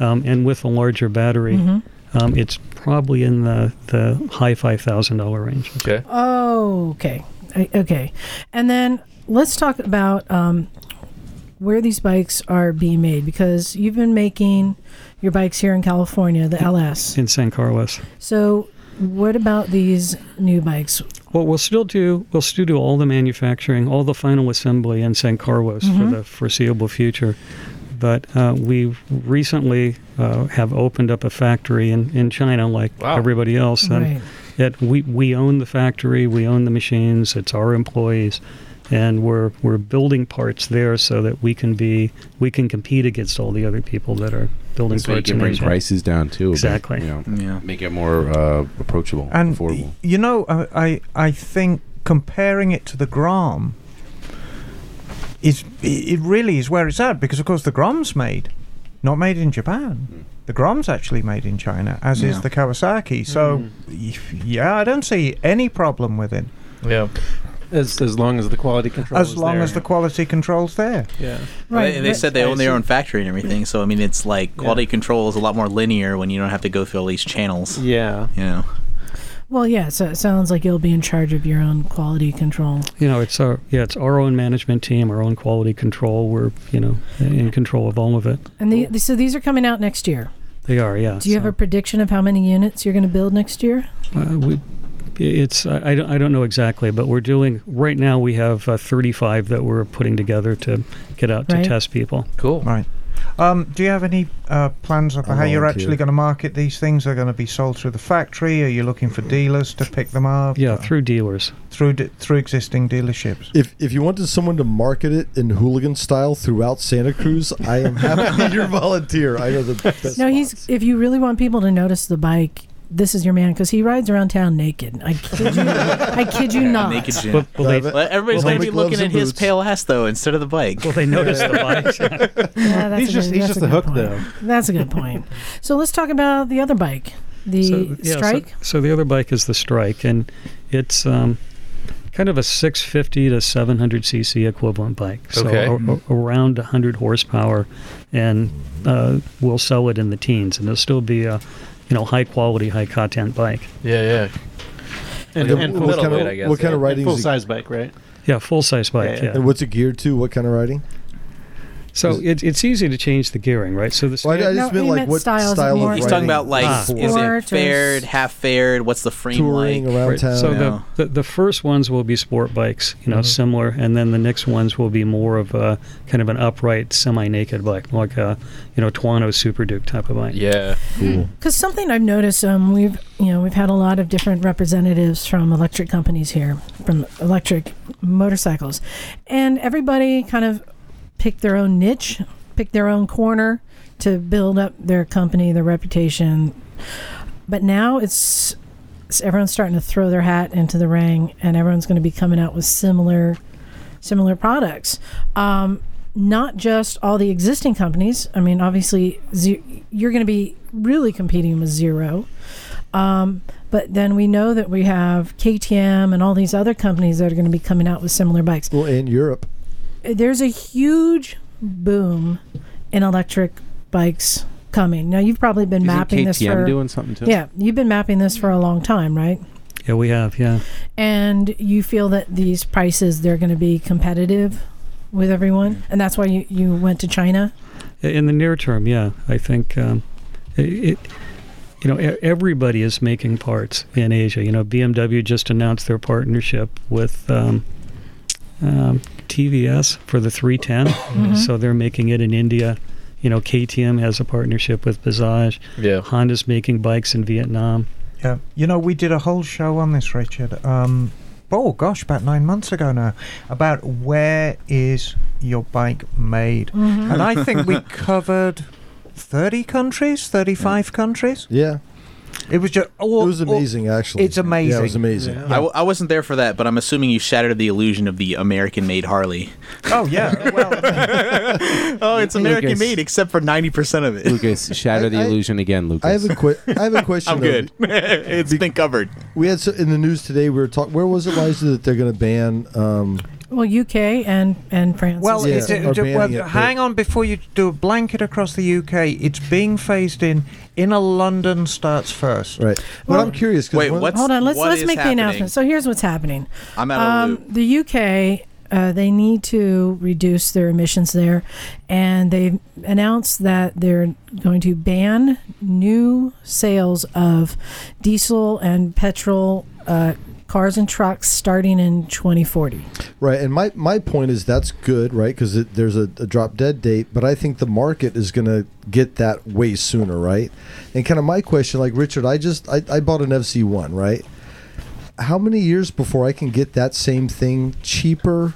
um, and with a larger battery, Mhm. um, it's probably in the the high five thousand dollar range. Okay. Oh, okay. I- okay. And then let's talk about um, where these bikes are being made because you've been making your bikes here in California, the LS. in San Carlos. So, what about these new bikes? Well, we'll still do we'll still do all the manufacturing, all the final assembly in San Carlos Mhm. for the foreseeable future. But uh, we recently uh, have opened up a factory in, in China, like everybody else. And Right. it, we we own the factory, we own the machines. It's our employees, and we're we're building parts there so that we can be we can compete against all the other people that are building so you parts can in bring Asia. prices down too. a bit, Exactly. you know, Make it more uh, approachable, And affordable. You know, I, I I think comparing it to the Grom is it really is where it's at because of course the Grom's made, not made in Japan. The Grom's actually made in China, as Yeah. is the Kawasaki. Hmm. So y- yeah, I don't see any problem with it Yeah. As, as long as the quality control as is long there. as the quality control's there. Yeah. Well, Right, they, they but- said they own their I own factory and everything, so I mean, it's like quality control is a lot more linear when you don't have to go through all these channels. Yeah, you know, Well, yeah, so it sounds like you'll be in charge of your own quality control. you know, it's our yeah, it's our own management team, our own quality control. We're you know in control of all of it. And the, so these are coming out next year. They are, yeah. Do you have a prediction of how many units you're going to build next year? Uh, we, it's I, I don't I don't know exactly, but we're doing right now. We have uh, 35 that we're putting together to get out to Right. test people. Cool. Right. Um, do you have any uh, plans of I how you're volunteer. actually going to market these things? Are going to be sold through the factory? Are you looking for dealers to pick them up? Yeah, through dealers. Through d- through existing dealerships. If, if you wanted someone to market it in hooligan style throughout Santa Cruz, I am happy to be your volunteer. I know the best. no, he's. If you really want people to notice the bike, this is your man because he rides around town naked. I kid you. I kid you not. naked gym. Well, well, they- Well, everybody's well, gonna they- be looking gloves at and his boots. pale ass though instead of the bike. Well, they notice the bike. Yeah, that's He's a just- good, he's that's just a the good hook, point. though. That's a good point. So let's talk about the other bike, the yeah, Strike. So, the other bike is the Strike, and it's um, kind of a 650 to 700 cc equivalent bike. So Okay. a- a- around 100 horsepower, and uh, we'll sell it in the teens, and it'll still be a you know high quality, high content bike. Yeah, yeah. And, Like a and little full- bit, I guess, what kind of yeah. riding Full is it- size bike, right? Yeah, full size bike. Yeah. And what's it geared to? What kind of riding? So it, it's easy to change the gearing, right? So the Well, I- I standard- just No, meant, he like, meant what style is style of more- He's talking about like, Ah. is it Sport, fared, half fared? What's the frame like? Right, So the, the the first ones will be sport bikes, you know, Mhm. similar, and then the next ones will be more of a kind of an upright, semi-naked bike, like a you know Tuano Super Duke type of bike. Yeah. Cool. Because something I've noticed, um, we've you know we've had a lot of different representatives from electric companies here, from electric motorcycles, and everybody kind of picked their own niche, picked their own corner to build up their company, their reputation. But now it's, it's everyone's starting to throw their hat into the ring, and everyone's going to be coming out with similar similar products. Um, not just all the existing companies. I mean, obviously, ze- you're going to be really competing with Zero. Um, but then we know that we have KTM and all these other companies that are going to be coming out with similar bikes. Well, in Europe. There's a huge boom in electric bikes coming. Now, you've probably been Isn't mapping this KTM for. doing something too? Yeah, you've been mapping this for a long time, right? Yeah, we have. Yeah. and you feel that these prices they're going to be competitive with Mm. everyone and that's why you, you went to china In the near term, yeah, I think um, it, it. You know, e- everybody is making parts in Asia. You know, BMW just announced their partnership with um, um, TVS for the 310, Mhm. so they're making it in India. You know, KTM has a partnership with Bajaj. Yeah. Honda's making bikes in Vietnam. Yeah. You know, we did a whole show on this, Richard. Um, oh gosh, about nine months ago now, about where is your bike made, Mhm. and I think we covered thirty countries, thirty-five countries. Yeah. It was just. Oh, it was amazing, actually. It's amazing. Yeah, it was amazing. I, w- I wasn't there for that, but I'm assuming you shattered the illusion of the American-made Harley. Oh yeah. oh, it's American-made except for 90% of it. Lucas, shatter the I- illusion again, Lucas. I have a quick. I have a question. I'm though. good. it's been covered. We had so, in the news today. We were talking. Where was it, Liza, that they're going to ban? Um, well uk and and france Well, Yeah, it's, it, or ju- well, banning it, but- hang on before you do a blanket across the UK. It's being phased in. Inner London starts first. Right. But I'm curious. Wait, hold on let's let's make Um, the announcement so here's what's happening I'm out of the uk uh, they need to reduce their emissions there, and they've announced that they're going to ban new sales of diesel and petrol uh, cars and trucks starting in 2040. Right, and my, my point is that's good, right? Because there's a, a drop dead date, but I think the market is going to get that way sooner, right? And kind of my question, like Richard, I just I, I bought an FC one, right? How many years before I can get that same thing cheaper?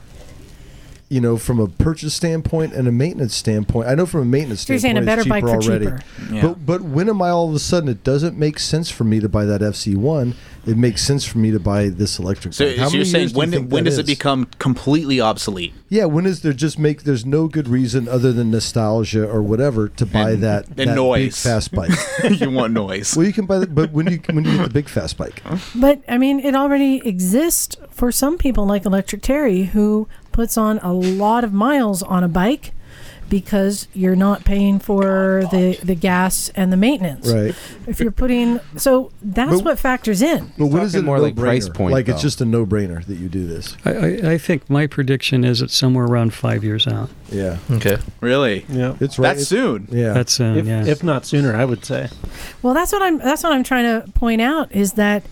You know, from a purchase standpoint and a maintenance standpoint, I know from a maintenance So you're saying standpoint, a better it's cheaper bike for already. cheaper. Yeah. But but when am I all of a sudden it doesn't make sense for me to buy that FC one? It makes sense for me to buy this electric. So, bike. How so you're many saying years do you when think when that does is? it become completely obsolete? Yeah, when is there just make there's no good reason other than nostalgia or whatever to buy that, and that big noise. fast bike. you want noise. well, you can buy that, but when you when you get the big fast bike, But I mean, it already exists for some people, like Electric Terry, who puts on a lot of miles on a bike because you're not paying for the, the gas and the maintenance. right? If you're putting, so that's But- what factors in. But when is it Talking more a like price no-brainer? point, Like it's though. just a no brainer that you do this. I, I, I think my prediction is it's somewhere around five years out. Yeah. Okay. Really? Yeah. It's right. That's soon. Yeah. That's soon, if, yeah. if not sooner, I would say. Well, that's what I'm. That's what I'm trying to point out is that.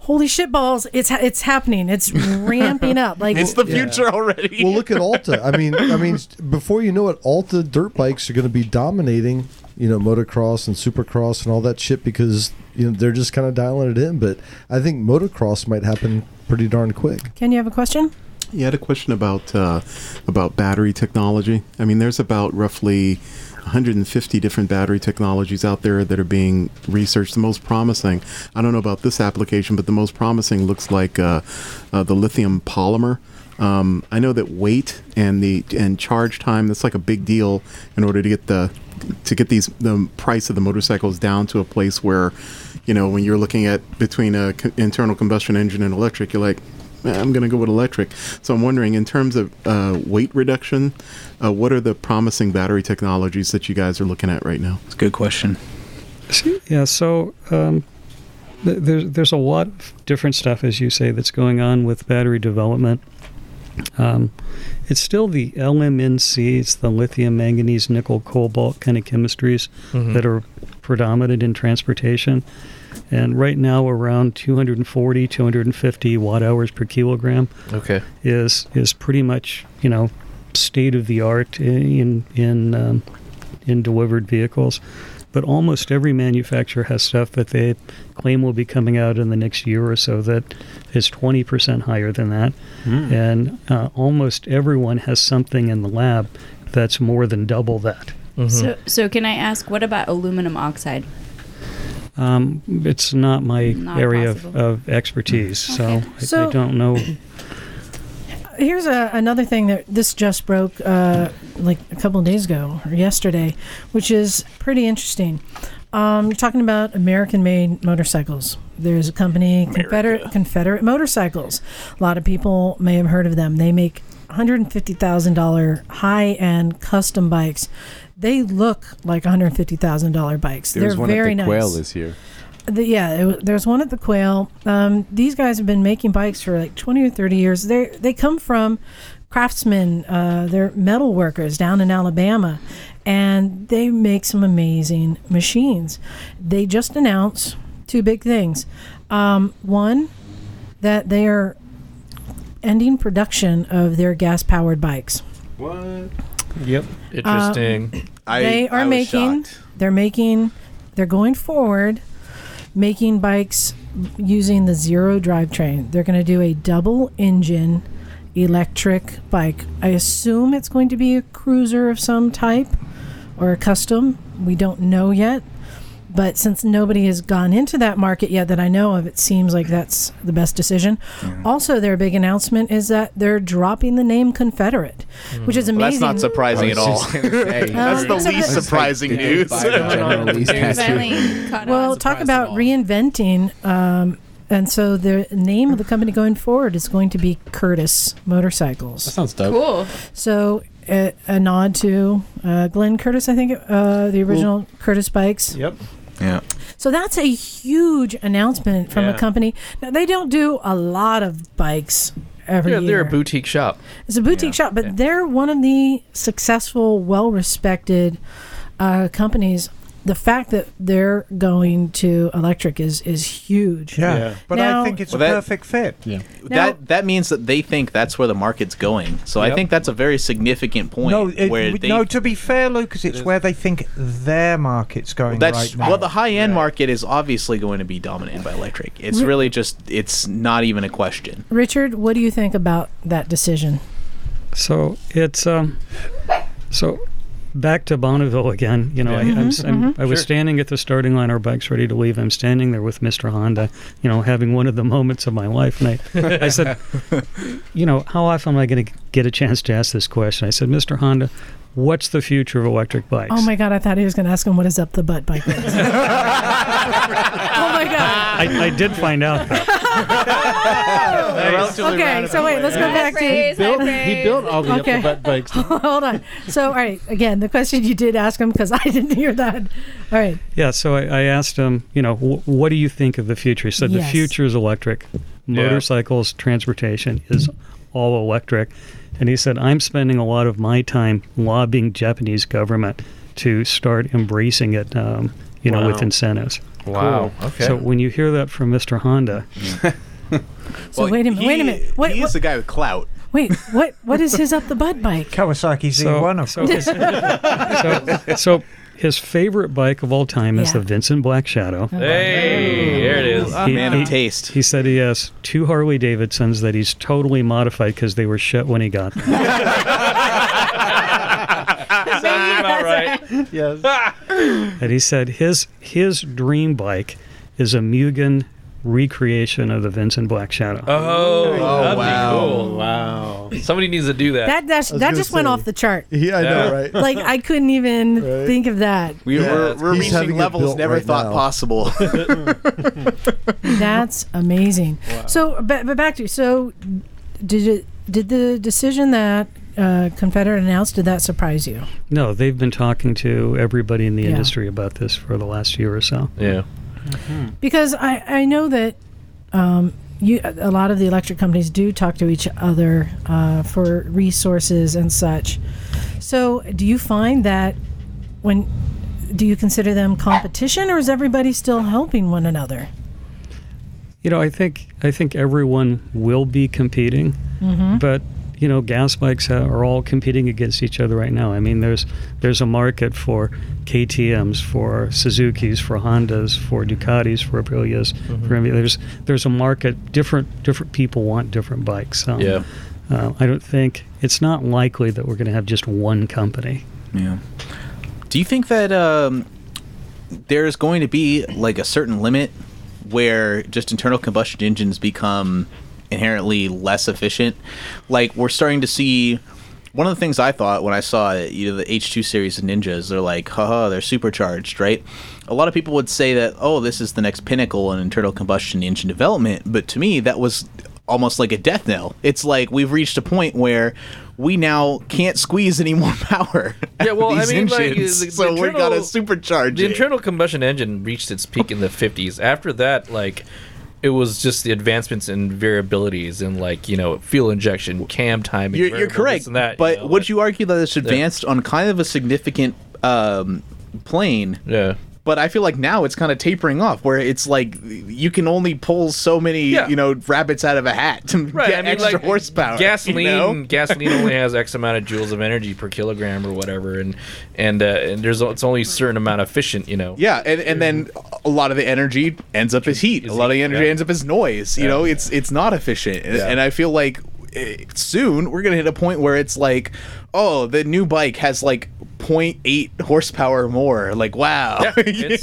Holy shit balls! It's ha- it's happening. It's ramping up. Like it's the future already. Well, look at Alta. I mean, I mean, before you know it, Alta dirt bikes are going to be dominating, you know, motocross and supercross and all that shit because you know they're just kind of dialing it in. But I think motocross might happen pretty darn quick. Ken, you have a question? You had a question about uh, about battery technology. I mean, there's about roughly 150 different battery technologies out there that are being researched. The most promising, I don't know about this application, but the most promising looks like uh, uh, the lithium polymer. Um, I know that weight and the and charge time that's like a big deal in order to get the to get these the price of the motorcycles down to a place where, you know, when you're looking at between a co- internal combustion engine and electric, you're like, eh, I'm going to go with electric. So I'm wondering, in terms of uh, weight reduction, uh, what are the promising battery technologies that you guys are looking at right now? It's a good question. Yeah, so um, th- there's there's a lot of different stuff, as you say, that's going on with battery development. Um, it's still the LMNC, it's the lithium, manganese, nickel, cobalt kind of chemistries Mhm. that are predominant in transportation. And right now, around 240, 250 watt hours per kilogram Okay. is is pretty much you know state of the art in in um, in delivered vehicles. But almost every manufacturer has stuff that they claim will be coming out in the next year or so that is 20% higher than that. Mm. And uh, almost everyone has something in the lab that's more than double that. So, so can I ask, what about aluminum oxide? Um, it's not my Not area of, possible. of expertise, so, I, So- I don't know. Here's a, another thing that this just broke uh, like a couple of days ago or yesterday, which is pretty interesting. Um, you're talking about American-made motorcycles. There's a company, Confederate, Confederate Motorcycles. A lot of people may have heard of them. They make $150,000 high-end custom bikes. They look like $150,000 bikes. There was They're one very at the nice. Quail this year. The, yeah, it, wa- there's one at the Quail. Um, these guys have been making bikes for like 20 or 30 years. They they come from craftsmen, uh, they're metal workers down in Alabama, and they make some amazing machines. They just announced two big things. Um, one, that they are ending production of their gas powered bikes. What? Yep. Interesting. they are making they're making they're going forward making bikes using the zero drivetrain they're going to do a double engine electric bike i assume it's going to be a cruiser of some type or a custom we don't know yet but since nobody has gone into that market yet that I know of, it seems like that's the best decision. Also, their big announcement is that they're dropping the name Confederate, which is Mm. Well, amazing. that's not surprising at all. that's the it's a least bit- surprising It's news. like they didn't buy the general lease Finally caught on. Well, talk about reinventing. Um, and so the name of the company going forward is going to be Curtis Motorcycles. That sounds dope. Cool. So a, a nod to uh, Glenn Curtis, I think, uh, the original Curtis bikes. Yep. Yeah. So that's a huge announcement from Yeah. a company. Now they don't do a lot of bikes. every they're, year. they're a boutique shop. It's a boutique shop, but they're one of the successful, well-respected uh, companies. The fact that they're going to electric is is huge. But Now- I think it's Well, a that- perfect fit. Yeah. that that means that they think that's where the market's going. So I Yep. think that's a very significant point. no, it- where we- they, no. To be fair, Lucas, it's There's- where they think their market's going that's right now. well, the high end market is obviously going to be dominated by electric. It's Re- really just it's not even a question. Richard, what do you think about that decision? So it's um, so back to Bonneville again. You know, I, I'm, s- I'm, Mhm, mhm. I was Sure. standing at the starting line, our bikes ready to leave. I'm standing there with Mr. Honda, you know, having one of the moments of my life. And I, I said, you know, how often am I going to get a chance to ask this question? I said, Mr. Honda, what's the future of electric bikes? Oh my god, I thought he was going to ask him what is up the butt bike. was. oh my god. I, I did find out. though. Okay, so wait, let's go back to He built, he built all the Okay. upper butt bikes. Hold on. So, all right, again, the question you did ask him because I didn't hear that. All right. Yeah, so I, I asked him, you know, wh- what do you think of the future? He said, Yes. the future is electric. Yeah. Motorcycles, transportation is all electric. And he said, I'm spending a lot of my time lobbying Japanese government to start embracing it, um, you know, with Wow. incentives. Wow, Cool. okay. So when you hear that from Mr. Honda, So wait a minute. Wait a minute. Wait, He's what, the guy with clout. wait. What? What is his up the butt bike? Kawasaki So- Z1, of so- course. so his favorite bike of all time is the Vincent Black Shadow. Hey, there it is. taste. He said he has two Harley Davidsons that he's totally modified because they were shit when he got them. Sounds about right. yes. and he said his his dream bike is a Mugen recreation of the Vincent Black Shadow. Oh, that'd wow. Be Oh, cool. wow. Somebody needs to do that. That that's, that just went off the chart. Yeah, I Yeah. know, right? Like I couldn't even Right. think of that. We Yeah, were, that's we're cool. He's having reaching it levels built never right thought now. possible. That's amazing. So, but, but back to you. So, did it? Did the decision that uh, Confederate announced did that surprise you? No, they've been talking to everybody in the Yeah. industry about this for the last year or so. Yeah. Mm-hmm. Because I, I know that um, you a lot of the electric companies do talk to each other uh, for resources and such. So do you find that when do you consider them competition or is everybody still helping one another? You know, I think I think everyone will be competing, Mhm. but you know, gas bikes uh, are all competing against each other right now. I mean, there's there's a market for KTM's, for Suzuki's, for Hondas, for Ducatis, for Aprilias. For MV. There's there's a market. Different different people want different bikes. Um, Yeah. uh, I don't think it's not likely that we're going to have just one company. Yeah. Do you think that um, there's going to be like a certain limit where just internal combustion engines become inherently less efficient? Like we're starting to see. One of the things I thought when I saw you know the H2 series of Ninjas, they're like, haha, they're supercharged, right? A lot of people would say that, oh, this is the next pinnacle in internal combustion engine development, but to me, that was almost like a death knell. It's like we've reached a point where we now can't squeeze any more power. Yeah, well, these I mean, like, engines, the- the so we got internal- to supercharge The it. internal combustion engine reached its peak in the 50s. After that, like, it was just the advancements in variabilities and, like, you know, fuel injection, cam timing. you're, you're variable, this correct, and that, but you know, would you argue that it's advanced on kind of a significant um, plane? Yeah. But I feel like now it's kind of tapering off, where it's like you can only pull so many, Yeah. you know, rabbits out of a hat to Right, get I mean, extra like, horsepower. Gasoline, you know? gasoline only has X amount of joules of energy per kilogram or whatever, and and uh, and there's it's only a certain amount efficient, you know. Yeah, and, and then a lot of the energy ends up as heat. A lot of the energy yeah. ends up as noise. You know, it's it's not efficient. And, and I feel like eh, soon we're gonna hit a point where it's like, oh, the new bike has like 0.8 horsepower more. Like, wow. Yeah, it's,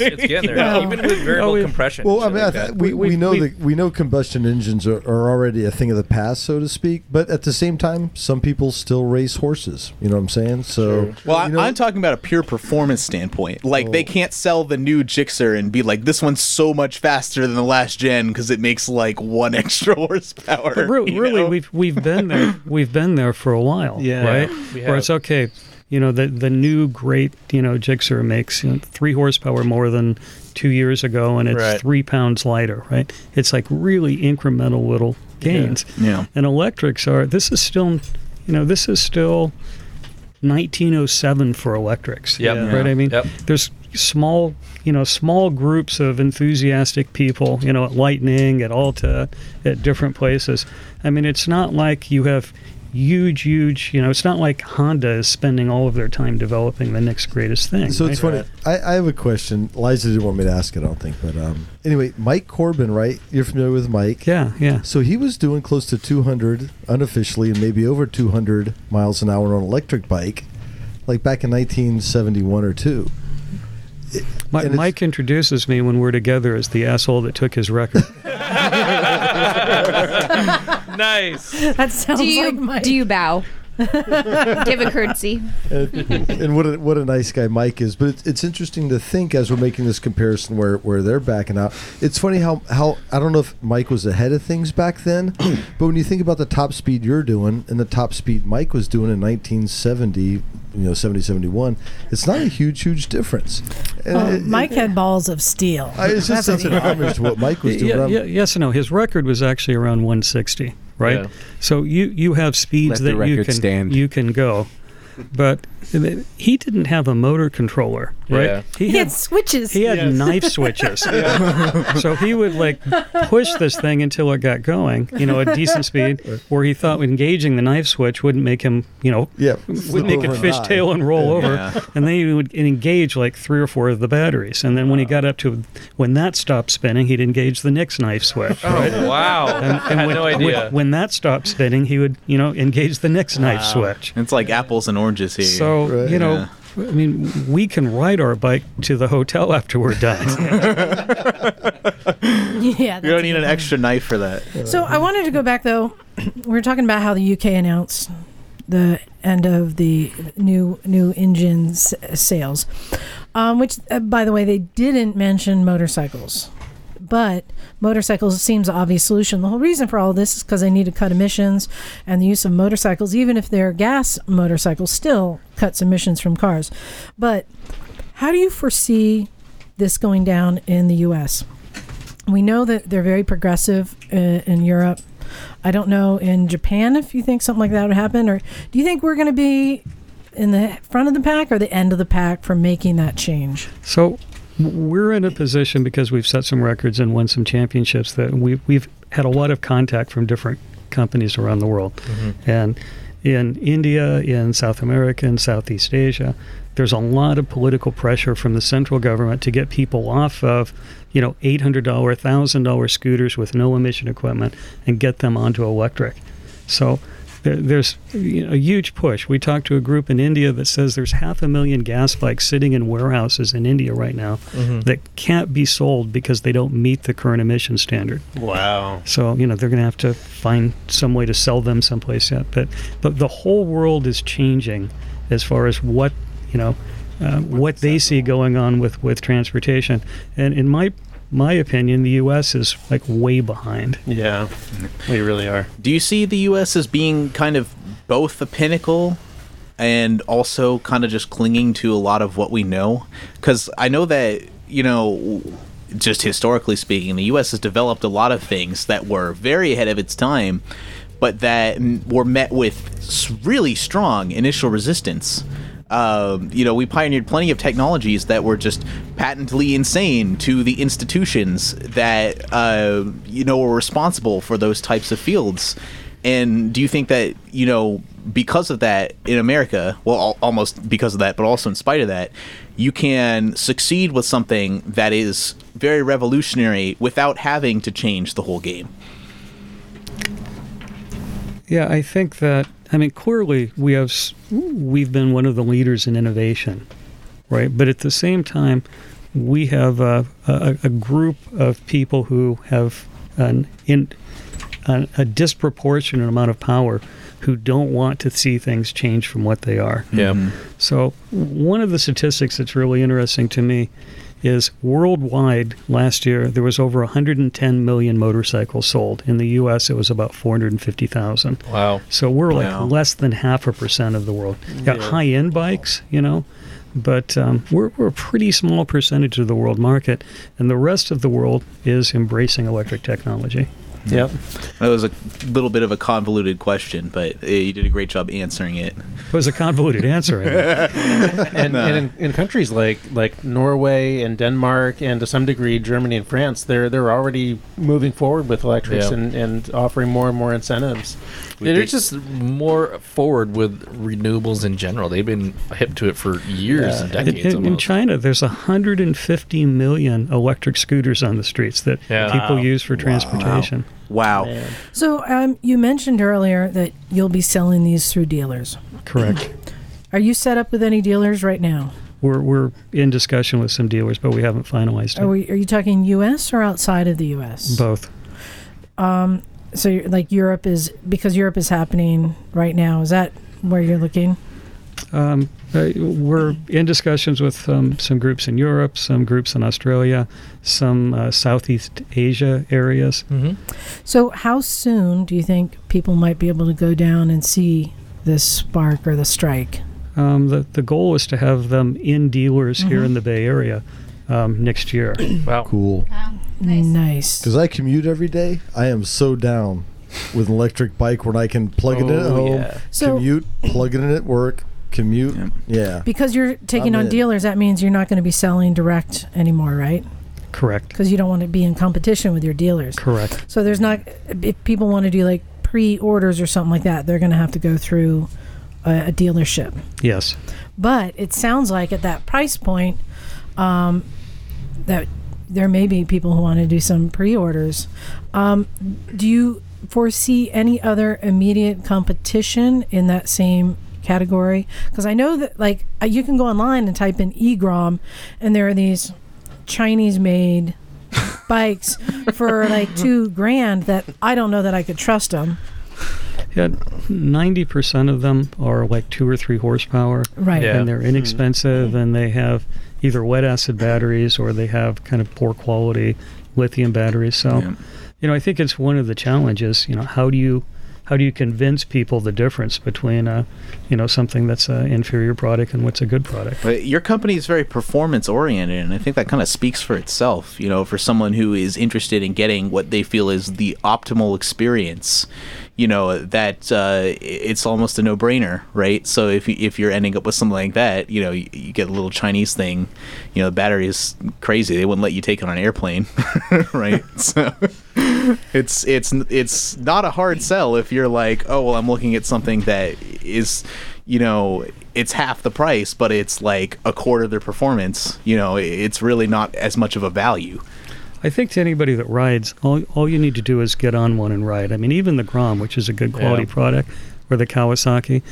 it's getting there. Yeah. Even with variable compression. Oh, Well, and I shit mean, I like th- that. we, we, know that we know combustion engines are, are already a thing of the past, so to speak. But at the same time, some people still race horses. You know what I'm saying? So Well, I I'm talking about a pure performance standpoint. Like, Oh. they can't sell the new Gixxer and be like, this one's so much faster than the last gen because it makes like one extra horsepower. But re- really, we've we've been there. We've been there for a while, Yeah, right? we Where it's okay. you know the the new great you know Gixxer makes you know, three horsepower more than two years ago, and it's Right. three pounds lighter. Right? It's like really incremental little gains. Yeah. And electrics are this is still, you know, this is still 1907 for electrics. Yep. Right. Yeah. I mean, Yep. there's small, you know, small groups of enthusiastic people, you know, at Lightning, at Alta, at different places. I mean, it's not like you have huge, huge, you know, it's not like Honda is spending all of their time developing the next greatest thing. So it's right? funny. I, I have a question. Liza didn't want me to ask it, I don't think. But um, anyway, Mike Corbin, right? You're familiar with Mike? Yeah, yeah. So he was doing close to 200 unofficially and maybe over 200 miles an hour on an electric bike, like back in 1971 or two. Mi- Mike introduces me when we're together as the asshole that took his record. nice. That sounds do you, like my- Do you bow? Give a curtsy. and, and what a, what a nice guy Mike is. But it's, it's interesting to think as we're making this comparison where where they're backing out. It's funny how how I don't know if Mike was ahead of things back then, but when you think about the top speed you're doing and the top speed Mike was doing in 1970, you know 70 71, it's not a huge huge difference. And Oh, it- Mike had balls of steel. I- it's just That's such what he an had. homage to what Mike was doing. Yeah, I'm- yeah, yes and no. His record was actually around 160, right? Yeah. So you you have speeds Let the that you record can stand. you can go, but he didn't have a motor controller, right? Yeah. He had switches. He had knife switches. so he would like push this thing until it got going, you know, at decent speed, where he thought engaging the knife switch wouldn't make him, you know, yeah, would make it over and fishtail die. and roll over. Yeah. And then he would engage like three or four of the batteries. And then when he got up to when that stopped spinning, he'd engage the next knife switch. Oh. right? wow. I had when, no idea. When, when that stopped spinning, he would, you know, engage the next knife switch. It's like apples and oranges here. So, you know, I mean, we can ride our bike to the hotel after we're done. yeah. you don't need an extra knife for that. So I wanted to go back though. we were talking about how the UK announced the end of the new new engines sales, um, which, uh, by the way, they didn't mention motorcycles. But motorcycles seems the obvious solution. The whole reason for all this is because they need to cut emissions, and the use of motorcycles, even if they're gas motorcycles, still cuts emissions from cars. But how do you foresee this going down in the U.S.? We know that they're very progressive uh, in Europe. I don't know in Japan if you think something like that would happen, or do you think we're going to be in the front of the pack or the end of the pack for making that change? so we're in a position because we've set some records and won some championships that we've, we've had a lot of contact from different companies around the world. And in India, in South America, in Southeast Asia, there's a lot of political pressure from the central government to get people off of, you know, $800, $1,000 scooters with no emission equipment and get them onto electric. So there, there's you know, a huge push. We talked to a group in India that says there's half a million gas bikes sitting in warehouses in India right now Mhm. that can't be sold because they don't meet the current emission standard. Wow. So you know they're going to have to find some way to sell them someplace yet. But but the whole world is changing as far as what you know uh, what they see going on with with transportation. And in my my opinion, the U.S. is like way behind. Yeah, we really are. Do you see the U.S. as being kind of both the pinnacle and also kind of just clinging to a lot of what we know? Because I know that, you know, just historically speaking, the U.S. has developed a lot of things that were very ahead of its time, but that m- were met with s- really strong initial resistance. Um, you know, we pioneered plenty of technologies that were just patently insane to the institutions that uh, you know were responsible for those types of fields. And do you think that you know because of that in America, well, al- almost because of that, but also in spite of that, you can succeed with something that is very revolutionary without having to change the whole game? Yeah, I think that I mean clearly we have s- we've been one of the leaders in innovation, right? But at the same time, we have a, a, a group of people who have an in an, a disproportionate amount of power who don't want to see things change from what they are. Yeah. So one of the statistics that's really interesting to me is worldwide last year there was over 110 million motorcycles sold. In the U.S., it was about 450,000. Wow. So we're like Wow. less than half a percent of the world. Got Yeah. high end bikes, you know, but um, we're, we're a pretty small percentage of the world market, and the rest of the world is embracing electric technology. Yep. That was a little bit of a convoluted question, but uh, you did a great job answering it. It was a convoluted answer. and, and in, in countries like like Norway and Denmark and to some degree Germany and France, they're they're already moving forward with electrics Yeah. and, and offering more and more incentives. They're just more forward with renewables in general. They've been hip to it for years and In, decades. in- in almost. China, there's 150 million electric scooters on the streets that Yeah. people Wow. use for transportation. Wow. So um, you mentioned earlier that you'll be selling these through dealers. Correct. Are you set up with any dealers right now? We're, we're in discussion with some dealers, but we haven't finalized it. Are we? Are you talking U.S. or outside of the U.S.? Both. Um, so you're, like Europe is because Europe is happening right now. Is that where you're looking? Um, uh, we're in discussions with um, some groups in Europe, some groups in Australia, some uh, Southeast Asia areas. Mm-hmm. So how soon do you think people might be able to go down and see this spark or the strike? Um, the, the goal is to have them in dealers here Mhm. in the Bay Area um, next year. wow. Cool. Nice. Because I commute every day. I am so down with an electric bike when I can plug it in at Oh, home, yeah. So- commute, plug it in at work, commute. Yeah. Because you're taking I'm on in. dealers, that means you're not going to be selling direct anymore, right? Correct. Because you don't want to be in competition with your dealers. Correct. So there's not if people want to do like pre-orders or something like that, they're going to have to go through a, a dealership. Yes. But it sounds like at that price point, um, that there may be people who want to do some pre-orders. Um, do you foresee any other immediate competition in that same category? Because I know that like uh, you can go online and type in eGrom, and there are these Chinese-made bikes for like two grand that I don't know that I could trust them. Yeah, 90% of them are like two or three horsepower. Right. Yeah. And they're inexpensive and they have either wet acid batteries or they have kind of poor quality lithium batteries. So, you know, I think it's one of the challenges, you know, how do you. How do you convince people the difference between, uh, you know, something that's an inferior product and what's a good product? But your company is very performance oriented, and I think that kind of speaks for itself. You know, for someone who is interested in getting what they feel is the optimal experience, you know that uh, i- it's almost a no brainer, right? So if you, if you're ending up with something like that, you know, you, you get a little Chinese thing. You know, the battery is crazy; they wouldn't let you take it on an airplane, right? So it's it's it's not a hard sell if you're like, oh well, I'm looking at something that is, you know, it's half the price, but it's like a quarter of their performance. You know, i- it's really not as much of a value. I think to anybody that rides, all, all you need to do is get on one and ride. I mean, even the Grom, which is a good quality Yeah. product, or the Kawasaki.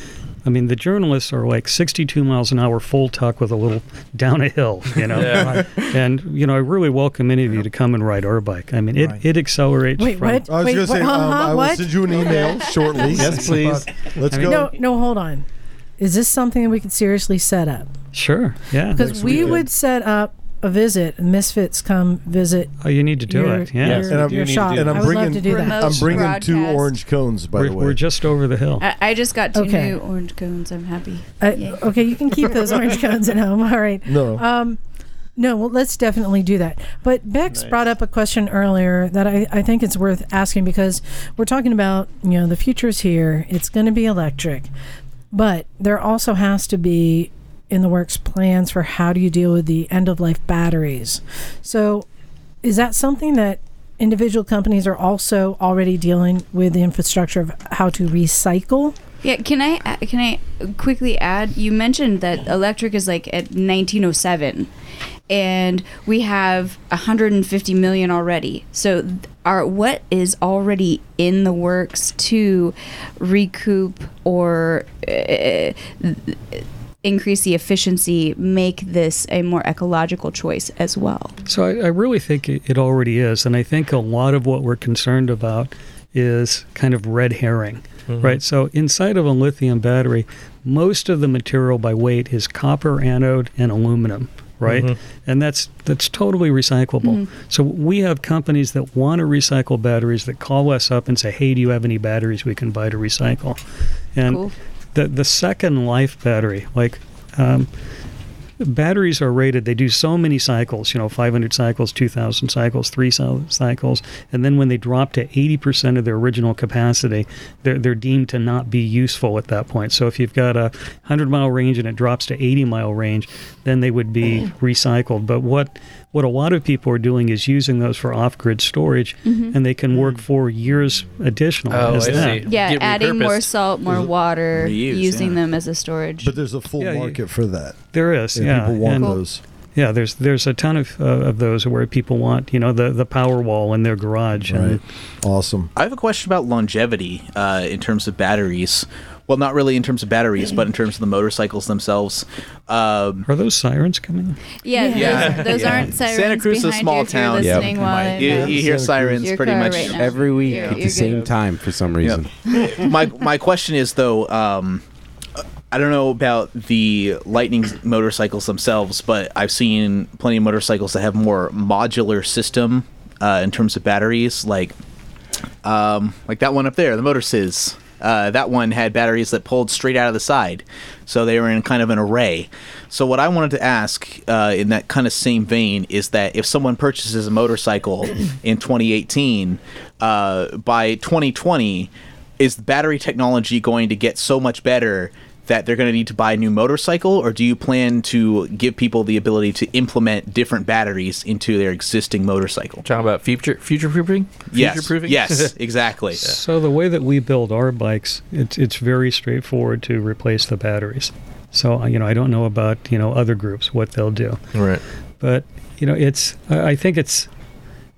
I mean, the journalists are like 62 miles an hour full tuck with a little down a hill, you know. Yeah. and, you know, I really welcome any of you to come and ride our bike. I mean, it, it accelerates. Wait, from- what? I was Wait, gonna say, what? um, Uh-huh, I will what? send you an email shortly. Yes, please. Let's I mean- go. No, no, hold on. Is this something that we could seriously set up? Sure, yeah. Because we would set up a visit. Misfits come visit. Oh, you need to do your- it. Yeah. your- your shop. and I'm I would bringing, love to do that. I'm bringing two broadcast. orange cones, by we're, the way. we're just over the hill. I, I just got two Okay. new orange cones. I'm happy. Uh, Yay. okay, you can keep those orange cones at home. All right. No. Um, no, well, let's definitely do that. But Bex brought up a question earlier that I, I think it's worth asking because we're talking about, you know, the future's here. It's going to be electric. But there also has to be in the works plans for how do you deal with the end of life batteries. So is that something that individual companies are also already dealing with the infrastructure of how to recycle? Yeah, can I a- can I quickly add? You mentioned that electric is like at 1907, and we have 150 million already. So, th- our what is already in the works to recoup or uh, increase the efficiency, make this a more ecological choice as well. So I, I really think it, it already is, and I think a lot of what we're concerned about is kind of red herring, Mhm. right? So inside of a lithium battery, most of the material by weight is copper anode and aluminum. right? Mhm. And that's that's totally recyclable. Mhm. So we have companies that want to recycle batteries that call us up and say, "Hey, do you have any batteries we can buy to recycle?" And Cool. the the second life battery, like. Um, batteries are rated they do so many cycles you know 500 cycles 2000 cycles 3000 cycles and then when they drop to 80% of their original capacity they're, they're deemed to not be useful at that point so if you've got a 100 mile range and it drops to 80 mile range then they would be recycled but what what a lot of people are doing is using those for off-grid storage Mhm. and they can work for years additional Oh, as I that. Yeah, adding more salt, more water, Reuse, using yeah. them as a storage. But there's a full Yeah, you- market for that. There is, And yeah. people want and- those. Yeah, there's there's a ton of uh, of those where people want you know the the power wall in their garage. And, Awesome. I have a question about longevity uh, in terms of batteries. Well, not really in terms of batteries, but in terms of the motorcycles themselves. Um, Are those sirens coming? Yeah, Yeah. those, those Yeah. aren't sirens. Santa Cruz is a behind you small if you're town. Yeah. Listening while, You- you hear sirens Your pretty car much right now. every week You're- at the you're same good. time for some reason. my my question is though, um, I don't know about the Lightning motorcycles themselves, but I've seen plenty of motorcycles that have more modular system uh, in terms of batteries, like um, like that one up there, the Motor Sizz. Uh, that one had batteries that pulled straight out of the side, so they were in kind of an array. So what I wanted to ask, uh, in that kind of same vein, is that if someone purchases a motorcycle in 2018, uh, by 2020, is battery technology going to get so much better that they're going to need to buy a new motorcycle, or do you plan to give people the ability to implement different batteries into their existing motorcycle? Talking about future future proofing. Yes. Future-proofing? Yes. Exactly. So the way that we build our bikes, it's it's very straightforward to replace the batteries. So uh, you know I don't know about you know other groups what they'll do. Right. But you know it's I I think it's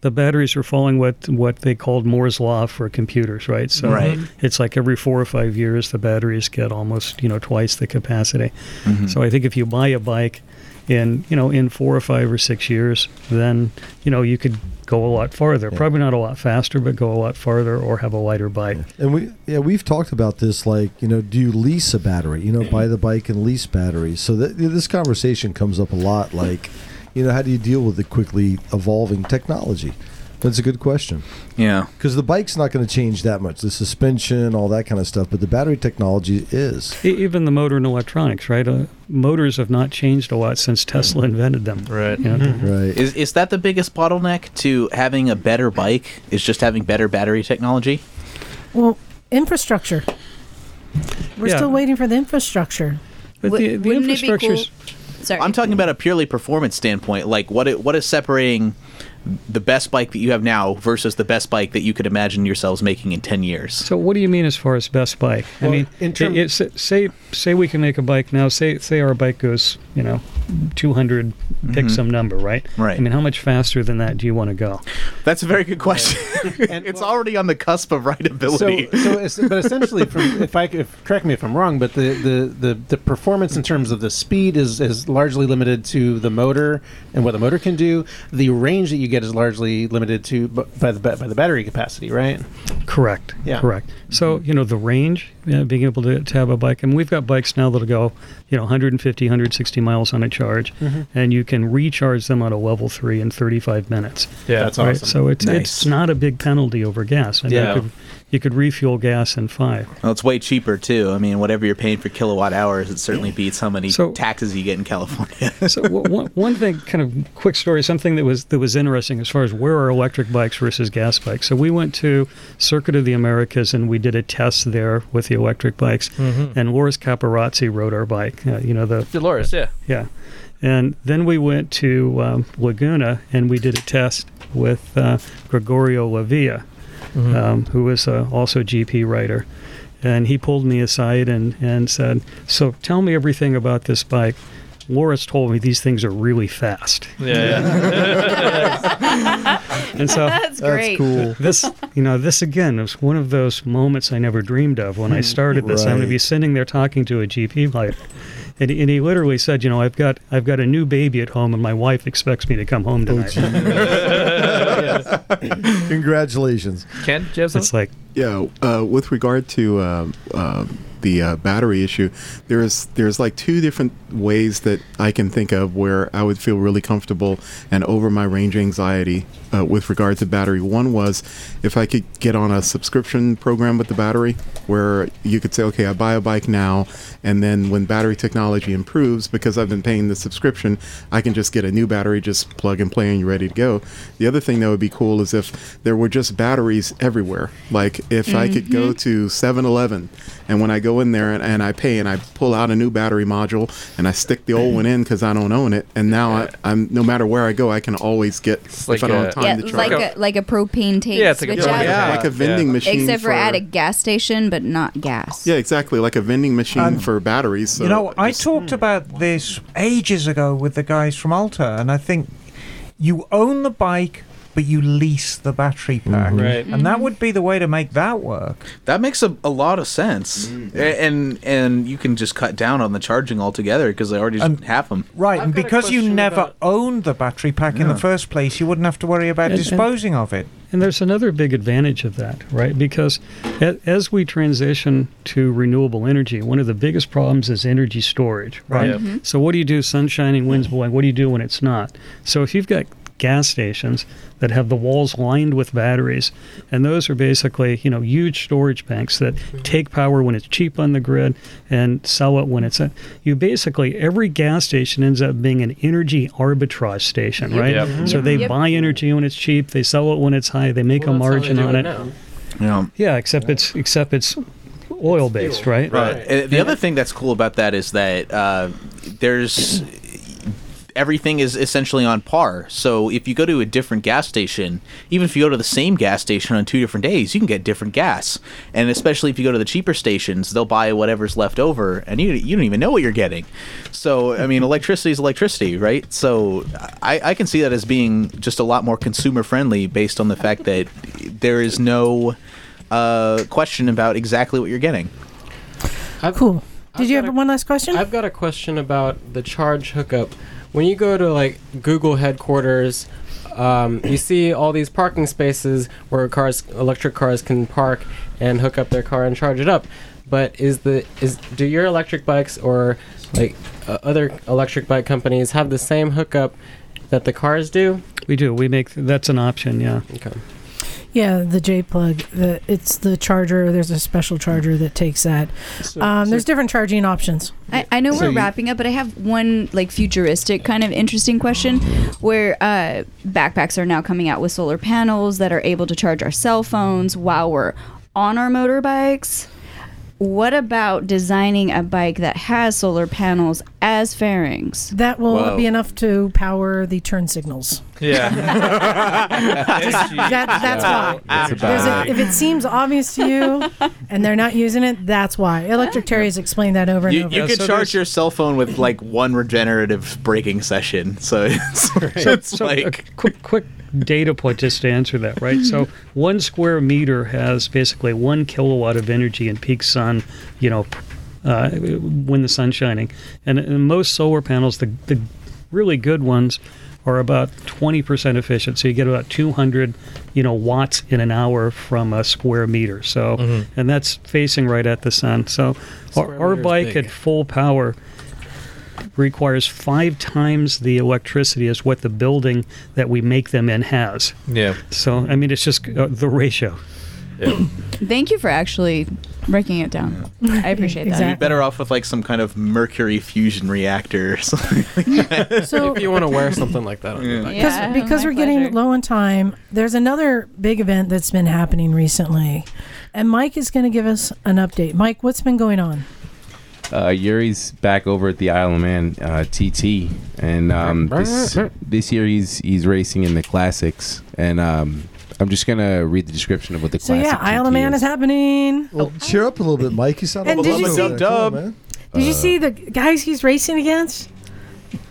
the batteries are following what what they called Moore's law for computers, right? So Right. it's like every four or five years the batteries get almost you know twice the capacity. Mhm. So I think if you buy a bike in you know in four or five or six years, then you know you could go a lot farther. Probably not a lot faster, but go a lot farther or have a lighter bike. And we yeah we've talked about this like you know do you lease a battery you know buy the bike and lease batteries so that this conversation comes up a lot like you know how do you deal with the quickly evolving technology that's a good question Yeah. because the bike's not going to change that much the suspension all that kind of stuff but the battery technology is E- Even the motor and electronics, right? Uh, motors have not changed a lot since Tesla invented them. Right. Mm-hmm. right. Is is that the biggest bottleneck to having a better bike? Is just having better battery technology? Well, infrastructure. We're Yeah. still waiting for the infrastructure. But Wou- the- the wouldn't it be cool- infrastructure's- Sorry. I'm talking about a purely performance standpoint. Like what it, what is separating the best bike that you have now versus the best bike that you could imagine yourselves making in 10 years? So what do you mean as far as best bike? I Well, mean, in term- it- it's- say say we can make a bike now. Say say our bike goes, you know, 200, pick Mhm. some number, right? Right. I mean, how much faster than that do you want to go? That's a very good question. it's already on the cusp of rideability. So, so es- but essentially, from, if I c- if, correct me if I'm wrong, but the, the, the, the performance in terms of the speed is, is largely limited to the motor and what the motor can do. The range that you get is largely limited to b- by the ba- by the battery capacity, right? Correct. Yeah. Correct. So you know the range, you know, being able to, to have a bike, and we've got bikes now that'll go, you know, 150, 160 miles on a charge, Mhm. and you can recharge them on a level three in 35 minutes. Yeah, that's Right? awesome. So it's Nice. it's not a big penalty over gas. I mean, Yeah. you, could, you could refuel gas in five. Well, it's way cheaper too. I mean, whatever you're paying for kilowatt hours, it certainly beats how many taxes you get in California. so w- one, one thing, kind of quick story, something that was that was interesting as far as where are electric bikes versus gas bikes. So we went to Circuit of the Americas and we did a test there with the electric bikes. Mhm. And Loris Caparazzi rode our bike. Uh, you know the Dolores, yeah. yeah. And then we went to um, Laguna and we did a test with uh, Gregorio Lavia, Mhm. um, who is uh, also a GP writer. And he pulled me aside and, and said, So tell me everything about this bike. Loris told me these things are really fast. And so That's That's great. cool. This, you know, this again was one of those moments I never dreamed of when Hmm. I started this. I'm going to be Right. sitting there talking to a GP later, and, and he literally said, you know, I've got I've got a new baby at home, and my wife expects me to come home Oh, tonight. congratulations Ken, do you have something? like yeah. Uh, with regard to um uh, the uh, battery issue, there's there's like two different ways that I can think of where I would feel really comfortable and over my range anxiety uh, with regard to battery. One was if I could get on a subscription program with the battery, where you could say, okay, I buy a bike now, and then when battery technology improves, because I've been paying the subscription, I can just get a new battery, just plug and play, and you're ready to go. The other thing that would be cool is if there were just batteries everywhere. Like if I could go Mm-hmm. Mhm. to 7 Eleven, and when I go in there and, and I pay and I pull out a new battery module and I stick the old one in because I don't own it, and now I, I'm no matter where I go, I can always get if I don't have time yeah, to charge. like a, like a propane tank. Yeah, it's like a switch propane out. tank. Like a vending Yeah. machine Except for, for- at a gas station, but not gas. yeah, exactly, like a vending machine for batteries. So you know, I Hmm. talked about this ages ago with the guys from Alta, and I think you own the bike, but you lease the battery pack, Mhm. Mm-hmm. Right. And that would be the way to make that work. That makes a, a lot of sense, A- and and you can just cut down on the charging altogether because they already just And- have them. Right, and because you never owned the battery pack in the Yeah. first place, you wouldn't have to worry about And- and- disposing of it. And there's another big advantage of that, right? Because a- as we transition to renewable energy, one of the biggest problems is energy storage, right? Right. Mhm. So what do you do sunshine and winds blowing? What do you do when it's not? So if you've got gas stations that have the walls lined with batteries and those are basically you know huge storage banks that take power when it's cheap on the grid and sell it when it's a, you basically every gas station ends up being an energy arbitrage station Yep. right Yep. so Yep. they Yep. buy energy when it's cheap they sell it when it's high they make a margin on it Yeah. yeah except it's except it's oil based right And the other thing that's cool about that is that uh, there's everything is essentially on par. So if you go to a different gas station, even if you go to the same gas station on two different days, you can get different gas. And especially if you go to the cheaper stations, they'll buy whatever's left over, and you you don't even know what you're getting. So I mean, electricity is electricity, right? So I, I can see that as being just a lot more consumer friendly based on the fact that there is no uh, question about exactly what you're getting. cool. Did you have one last question? I've got a question about the charge hookup. When you go to like Google headquarters, um, you see all these parking spaces where cars, electric cars, can park and hook up their car and charge it up. But is the is do your electric bikes or like uh, other electric bike companies have the same hookup that the cars do? We do. We make that's an option. Yeah. Okay. Yeah, the J plug. The, it's the charger. There's a special charger that takes that. um, there's different charging options. I, I know So we're you- wrapping up, but I have one like futuristic kind of interesting question where uh, backpacks are now coming out with solar panels that are able to charge our cell phones while we're on our motorbikes. What about designing a bike that has solar panels as fairings? That will be enough to power the turn signals. Yeah. That, that's why. That's There's a, if it seems obvious to you and they're not using it, that's why. Electric Terry's explained that over and You, over. you could charge your cell phone with like one regenerative braking session, so it's, it's like a quick quick data point just to answer that right so one square meter has basically one kilowatt of energy in peak sun you know uh, when the sun's shining and, and most solar panels the, the really good ones are about 20% efficient so you get about 200 you know watts in an hour from a square meter so Mhm. and that's facing right at the sun so our, Square our meter's bike big. at full power requires five times the electricity as what the building that we make them in has. Yeah. So, I mean, it's just uh, the ratio. Thank you for actually breaking it down. I appreciate that. you'd be better off with like some kind of mercury fusion reactor or something. So- if you want to wear something like that on your bike. Because, because we're getting low on time, there's another big event that's been happening recently. And Mike is going to give us an update. Mike, what's been going on? uh, Yuri's back over at the Isle of Man uh, TT, and um, this this year he's he's racing in the classics, and um, I'm just gonna read the description of what the So, classic yeah, Isle of TT Man is happening. Well, cheer up a little bit, Mike. You sound Oh. And a did little you bit see- over there. Come Dub. on, man. Did you Uh, see the guys he's racing against?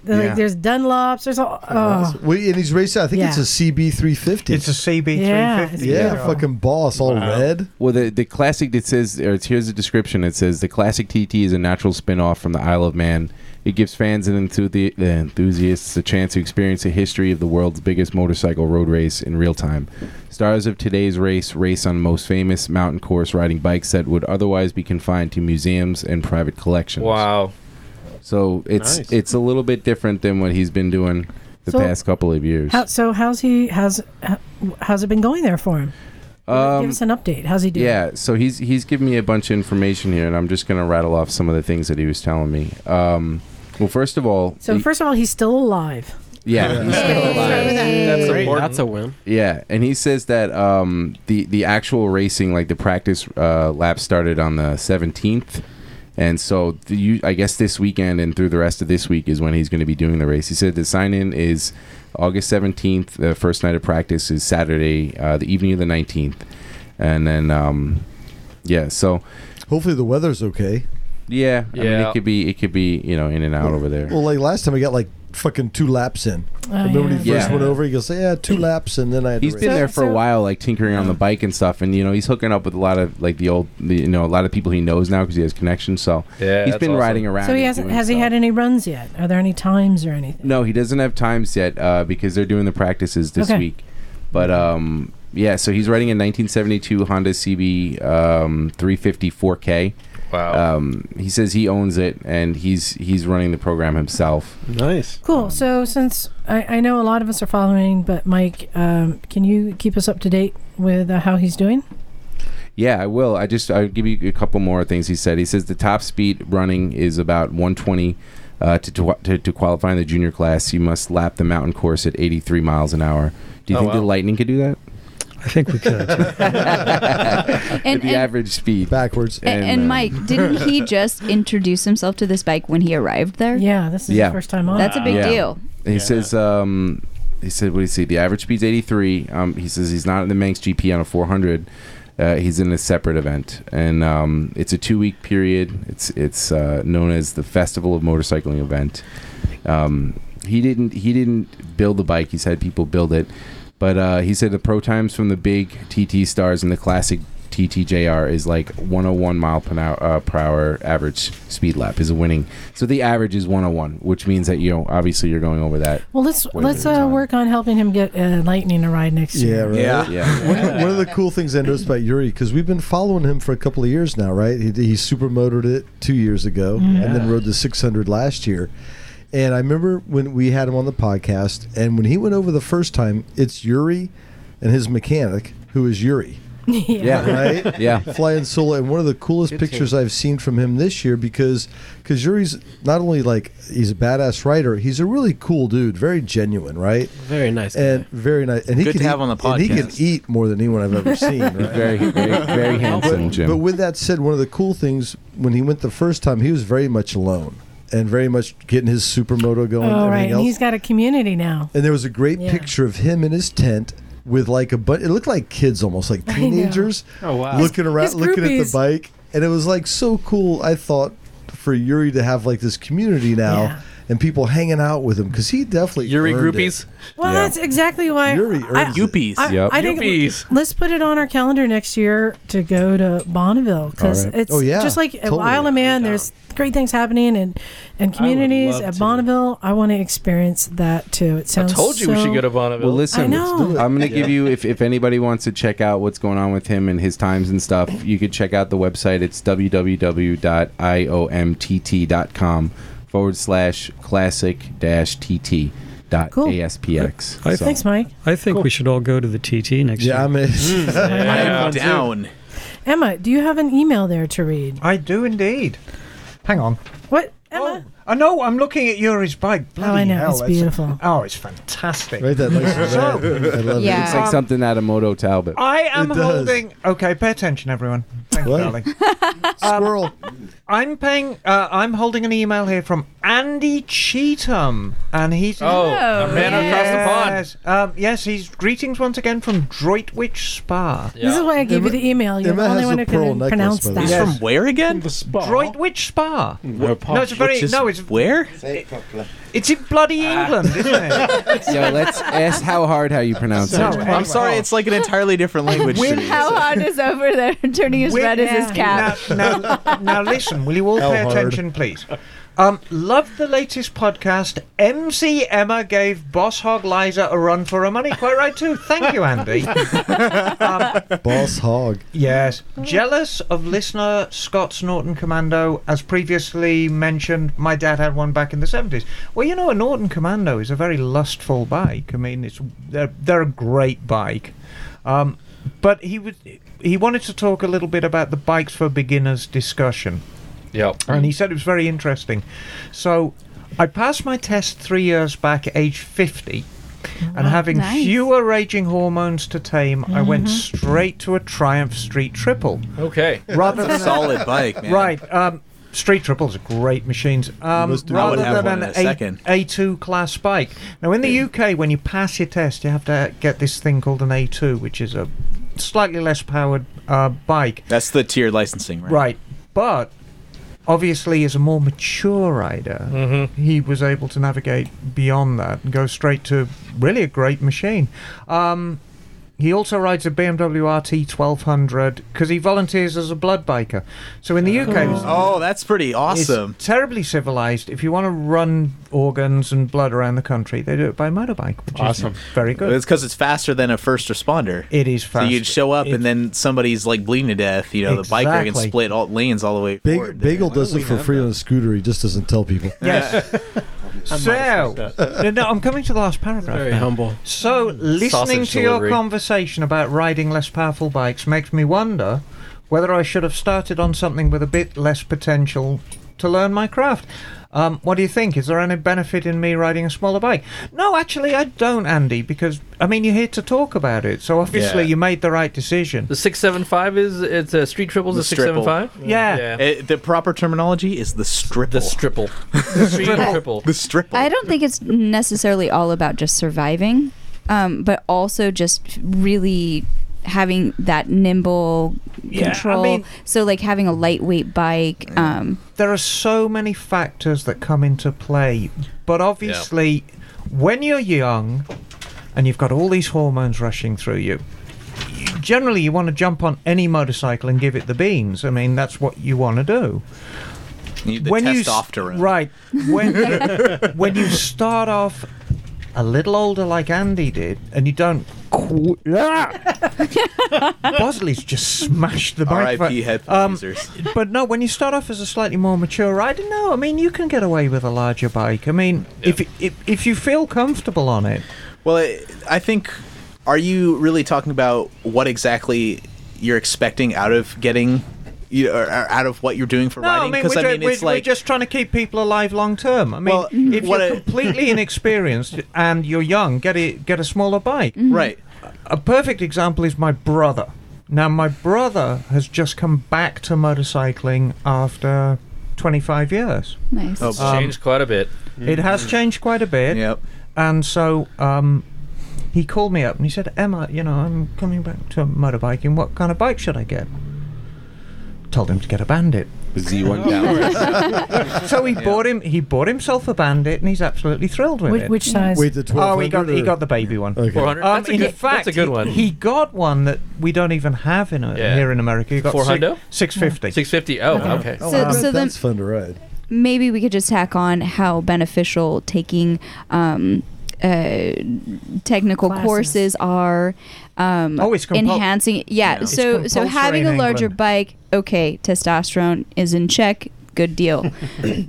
They're Yeah. Like, there's Dunlops. There's all. Oh. Wait, and he's racing. I think it's a Yeah. CB 350. It's a CB Yeah, it's Yeah, beautiful. fucking boss, all red. Well, the, the classic, it says, or it's, here's the description. It says, the classic TT is a natural spin off from the Isle of Man, It gives fans and enthusi- uh, enthusiasts a chance to experience the history of the world's biggest motorcycle road race in real time. Stars of today's race race on most famous mountain course riding bikes that would otherwise be confined to museums and private collections. Wow. So it's Nice. it's a little bit different than what he's been doing the So- past couple of years. How, so how's he? How's how- how's it been going there for him? Give Um, us an update. How's he doing? Yeah, so he's he's giving me a bunch of information here, and I'm just gonna rattle off some of the things that he was telling me. Um, well, first of all, So he- first of all, he's still alive. yeah, he's still alive. That's Great. important. That's a win. Yeah, and he says that um, the the actual racing, like the practice uh, lap, started on the 17th, and so the, you, I guess this weekend and through the rest of this week is when he's going to be doing the race. He said the sign in is August 17th. The first night of practice is Saturday, uh, the evening of the 19th, and then um, yeah, so Hopefully the weather's okay. yeah, I mean Yeah. it could be it could be you know in and out over there. Well, like last time, I got like fucking two laps in. Oh, Remember when he first yeah. Yeah. went over? He goes, "Yeah, two laps," and then I. Had He's to been race. there for a while, like tinkering on the bike and stuff, and you know he's hooking up with a lot of like the old, the, you know, a lot of people he knows now because he has connections. So Yeah, he's that's been awesome. riding around. So he and hasn't. doing Has he had any runs yet? Are there any times or anything? No, he doesn't have times yet uh, because they're doing the practices this Okay. week. But um, yeah, so he's riding a 1972 Honda CB um, 350 4K. Wow. Um, he says he owns it and he's he's running the program himself. Nice. Um, Cool. So since I, I know a lot of us are following, but Mike, um, can you keep us up to date with uh, how he's doing? Yeah, I will. I just I'll give you a couple more things he said. He says the top speed running is about 120. Uh, to, tw- to to qualify in the junior class, you must lap the mountain course at 83 miles an hour. Do you Oh, think the wow. Lightning could do that? I think we could. At And- and- the average speed uh, backwards. A- And, Mike, didn't he just introduce himself to this bike when he arrived there? Yeah, this is his Yeah. first time That's a big Yeah. deal. And he says, um, he said, what do you see? The average speed's 83. Um, he says he's not in the Manx GP on a 400. Uh, he's in a separate event, and um, it's a two-week period. It's it's uh, known as the Festival of Motorcycling event. Um, he didn't he didn't build the bike. He's had people build it, but uh, he said the pro times from the big TT stars and the classic TTJR is like 101 mile per hour, uh, per hour average speed lap is a winning. So the average is 101, which means that you know obviously you're going over that. Well, let's Wait, let's uh, work on helping him get uh, Lightning to ride next Yeah, year. right. Yeah. Yeah. One, of the, one of the cool things I noticed about Yuri because we've been following him for a couple of years now, right? He, he supermotored it two years ago, Mm-hmm. and then Yeah. rode the 600 last year. And I remember when we had him on the podcast, and when he went over the first time, it's Yuri and his mechanic, who is Yuri. Yeah. right? Yeah. Flying solo. And one of the coolest pictures I've seen from him this year because because Yuri's not only like he's a badass writer, he's a really cool dude, very genuine, right? Very nice. And very nice. And he Good can to have eat- on the And he can podcast. eat more than anyone I've ever seen. Right? Very very, very handsome, Jim. But with that said, one of the cool things when he went the first time, he was very much alone and very much getting his supermoto going. and Oh, everything right. And else. he's got a community now. And there was a great Yeah. picture of him in his tent with like a but it looked like kids almost like I know. teenagers Oh, wow. looking around his looking at the groupies. bike and it was like so cool I thought for Yuri to have like this community now Yeah. and people hanging out with him cuz he definitely Yuri earned groupies? Well, Yeah. that's exactly why Yuri I, earns it. Yuppies. I, Yep. I think Yuppies. let's put it on our calendar next year to go to Bonneville because All right. it's Oh, yeah. just like Totally. at Isle of Man. There's great things happening and and communities love at to. Bonneville. I want to experience that too. It I sounds. told you we should so- go to Bonneville. Well, I listen, know. Let's do it. I'm going to give you, if, if anybody wants to check out what's going on with him and his times and stuff, you could check out the website. It's www.iomtt.com forward slash classic dash TT dot Cool. ASPX. I So- Thanks, Mike. I think we should all go to the TT next Yeah, I year. mean Mm. I'm Mm, down. Emma, do you have an email there to read? I do indeed. Hang on. Oh, What, Emma? I know. I'm looking at Yuri's bike. Bloody Oh, I know, Hell, it's beautiful. Oh, it's fantastic. right that nice and red. I love Yeah. It's like Um, something out of Moto Talbot. I am It does. holding. Okay, pay attention, everyone. Thank you, What? darling. Um, it squirrel I'm paying. Uh, I'm holding an email here from Andy Cheatham, and he's oh, a man across yes, Um, yes, he's greetings once again from Droitwich Spa. the pond. This is Yeah. why I gave you the email. You're Emma the only has one a who can pearl necklace, pronounce by the that. He's Yes. from where again? The spa. Droitwich Spa. No, No, it's a very Which is no. It's where? it's in bloody England, isn't it? Yo, let's ask how hard how you pronounce No, it. anyway. I'm sorry, it's like an entirely different language. to me. How hot is over there turning as Wait, red as his yeah. cap? Now, now, now listen, will you all How pay hard. attention, please? Um, love the latest podcast. MC Emma gave Boss Hog Liza a run for her money. Quite right too. Thank you, Andy. Boss hog. Yes. Jealous of listener Scott Norton Commando, as previously mentioned, my dad had one back in the 70s. Well, you know, a Norton Commando is a very lustful bike. I mean, it's they're, they're a great bike. Um, but he would he wanted to talk a little bit about the bikes for beginners discussion. Yep. And he said it was very interesting. So I passed my test three years back, age 50. And Wow. having Nice. fewer raging hormones to tame, I went straight to a Triumph Street Triple. Okay. Rather That's a than solid bike, man. Right. Um, Street triples are great machines. Um, Let's do rather it. I would than have one in a an second. a, A2 class bike. Now, in the UK, when you pass your test, you have to get this thing called an A2, which is a slightly less powered uh, bike. That's the tiered licensing, right? Right. But obviously, as a more mature rider, Mm-hmm. he was able to navigate beyond that and go straight to really a great machine. Um, he also rides a BMW RT 1200 because he volunteers as a blood biker. So in the UK, it's- Oh, that's pretty awesome. it's terribly civilized. If you want to run organs and blood around the country, they do it by motorbike, which Awesome. is very good. It's because it's faster than a first responder. It is So you'd fast. show up and then somebody's like bleeding to death. You know, the biker can Exactly. split all lanes all the way forward. Big, Bagel does don't we it for have free on a scooter. He just doesn't tell people. Yes. so, no, no, I'm coming to the last paragraph. Very now. humble. So, listening Sausage to your delivery. conversation about riding less powerful bikes makes me wonder whether I should have started on something with a bit less potential to learn my craft. Um, what do you think? Is there any benefit in me riding a smaller bike? No, actually, I don't, Andy, because I mean, you're here to talk about it, so obviously Yeah. you made the right decision. The six seven five is it's a street triples a six seven five. Yeah. Eh, It- the proper terminology is the stripple. The stripple. the triple. The stripple. I don't think it's necessarily all about just surviving, um, but also just really having that nimble Yeah, I control. mean- so like having a lightweight bike. Um, there are so many factors that come into play. But obviously, when you're young and you've got all these hormones rushing through you, generally you want to jump on any motorcycle and give it the beans. I mean, that's what you want to do. You need the you s- testosterone. right when when you start off a little older like Andy did, and you don't. Qu- Bosley's just smashed the bike. um, R.I.P. headphone users. But no, when you start off as a slightly more mature rider, no, I mean you can get away with a larger bike. I mean, if, if if you feel comfortable on it, Well, I- I think. Are you really talking about what exactly you're expecting out of getting, you or, or out of what you're doing for no, I riding? mean, we're, ju- I mean, we're, it's like we're just trying to keep people alive long term. I mean, Well, if what you're I- completely inexperienced and you're young, get a get a smaller bike. Right. A perfect example is my brother. Now, my brother has just come back to motorcycling after 25 years. Nice. Oh, It's Um, changed quite a bit. It Mm. has changed quite a bit. Yep. And so um, he called me up and he said, Emma, you know, I'm coming back to motorbiking. What kind of bike should I get? Told him to get a bandit. Z1 Oh, down. so he bought him. He bought himself a bandit, and he's absolutely thrilled with Which- it. which size? Wait, the Oh, he got 1200 he or- got the baby one. 400? Um, That's a in good- that's fact, a good he- one. He, got one that we don't even have in a, Yeah. here in America. He got Four hundo? six fifty. Six fifty. Oh, okay. So- I bet so then- that's fun to ride. maybe we could just tack on how beneficial taking um, uh, technical Classes. courses are. Um, Oh, it's compul- enhancing. Yeah. Yeah. It's So so compulsory having a in larger England. bike, okay, testosterone is in check. Good deal,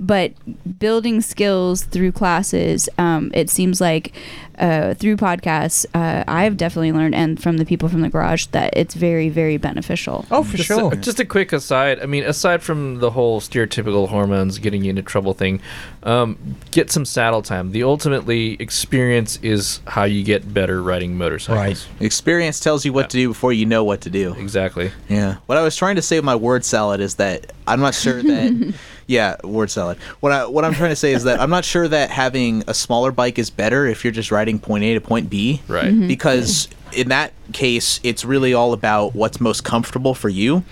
but building skills through classes, um, it seems like uh, through podcasts, uh, I've definitely learned, and from the people from the garage, that it's very, very beneficial. Oh, for just A, just a quick aside. I mean, aside from the whole stereotypical hormones getting you into trouble thing, um, get some saddle time. The ultimately experience is how you get better riding motorcycles. Experience tells you what to do before you know what to do. Exactly. Yeah. What I was trying to say with my word salad is that I'm not sure that yeah, word salad. What I what I'm trying to say is that I'm not sure that having a smaller bike is better if you're just riding point A to point B. Right. Mhm. Because in that case, it's really all about what's most comfortable for you.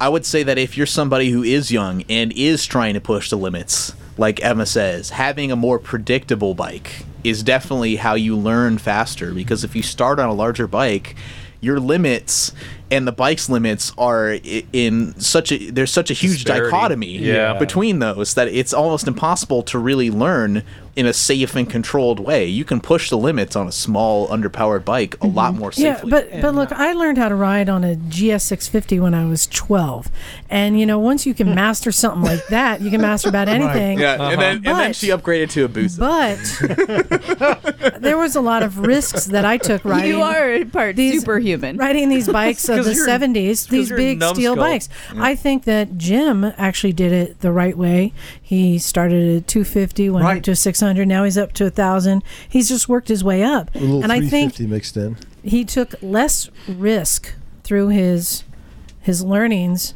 I would say that if you're somebody who is young and is trying to push the limits, like Emma says, having a more predictable bike is definitely how you learn faster because if you start on a larger bike, your limits and the bike's limits are i- in such a there's such a huge Disparity. dichotomy Yeah. between those that it's almost impossible to really learn in a safe and controlled way. You can push the limits on a small underpowered bike a lot more safely. Yeah, but but look, I learned how to ride on a GS 650 when I was 12, and you know, once you can master something like that, you can master about anything. Yeah, and then and then But- she upgraded to a boost. But there was a lot of risks that I took riding. You are in part superhuman. Riding these bikes of 'Cause the you're- 70s, these you're a big steel numbskull. bikes. Yeah. I think that Jim actually did it the right way. He started at 250, went up Right. to 600, now he's up to 1,000. He's just worked his way up. A little And I think 350 mixed in. he took less risk through his his learnings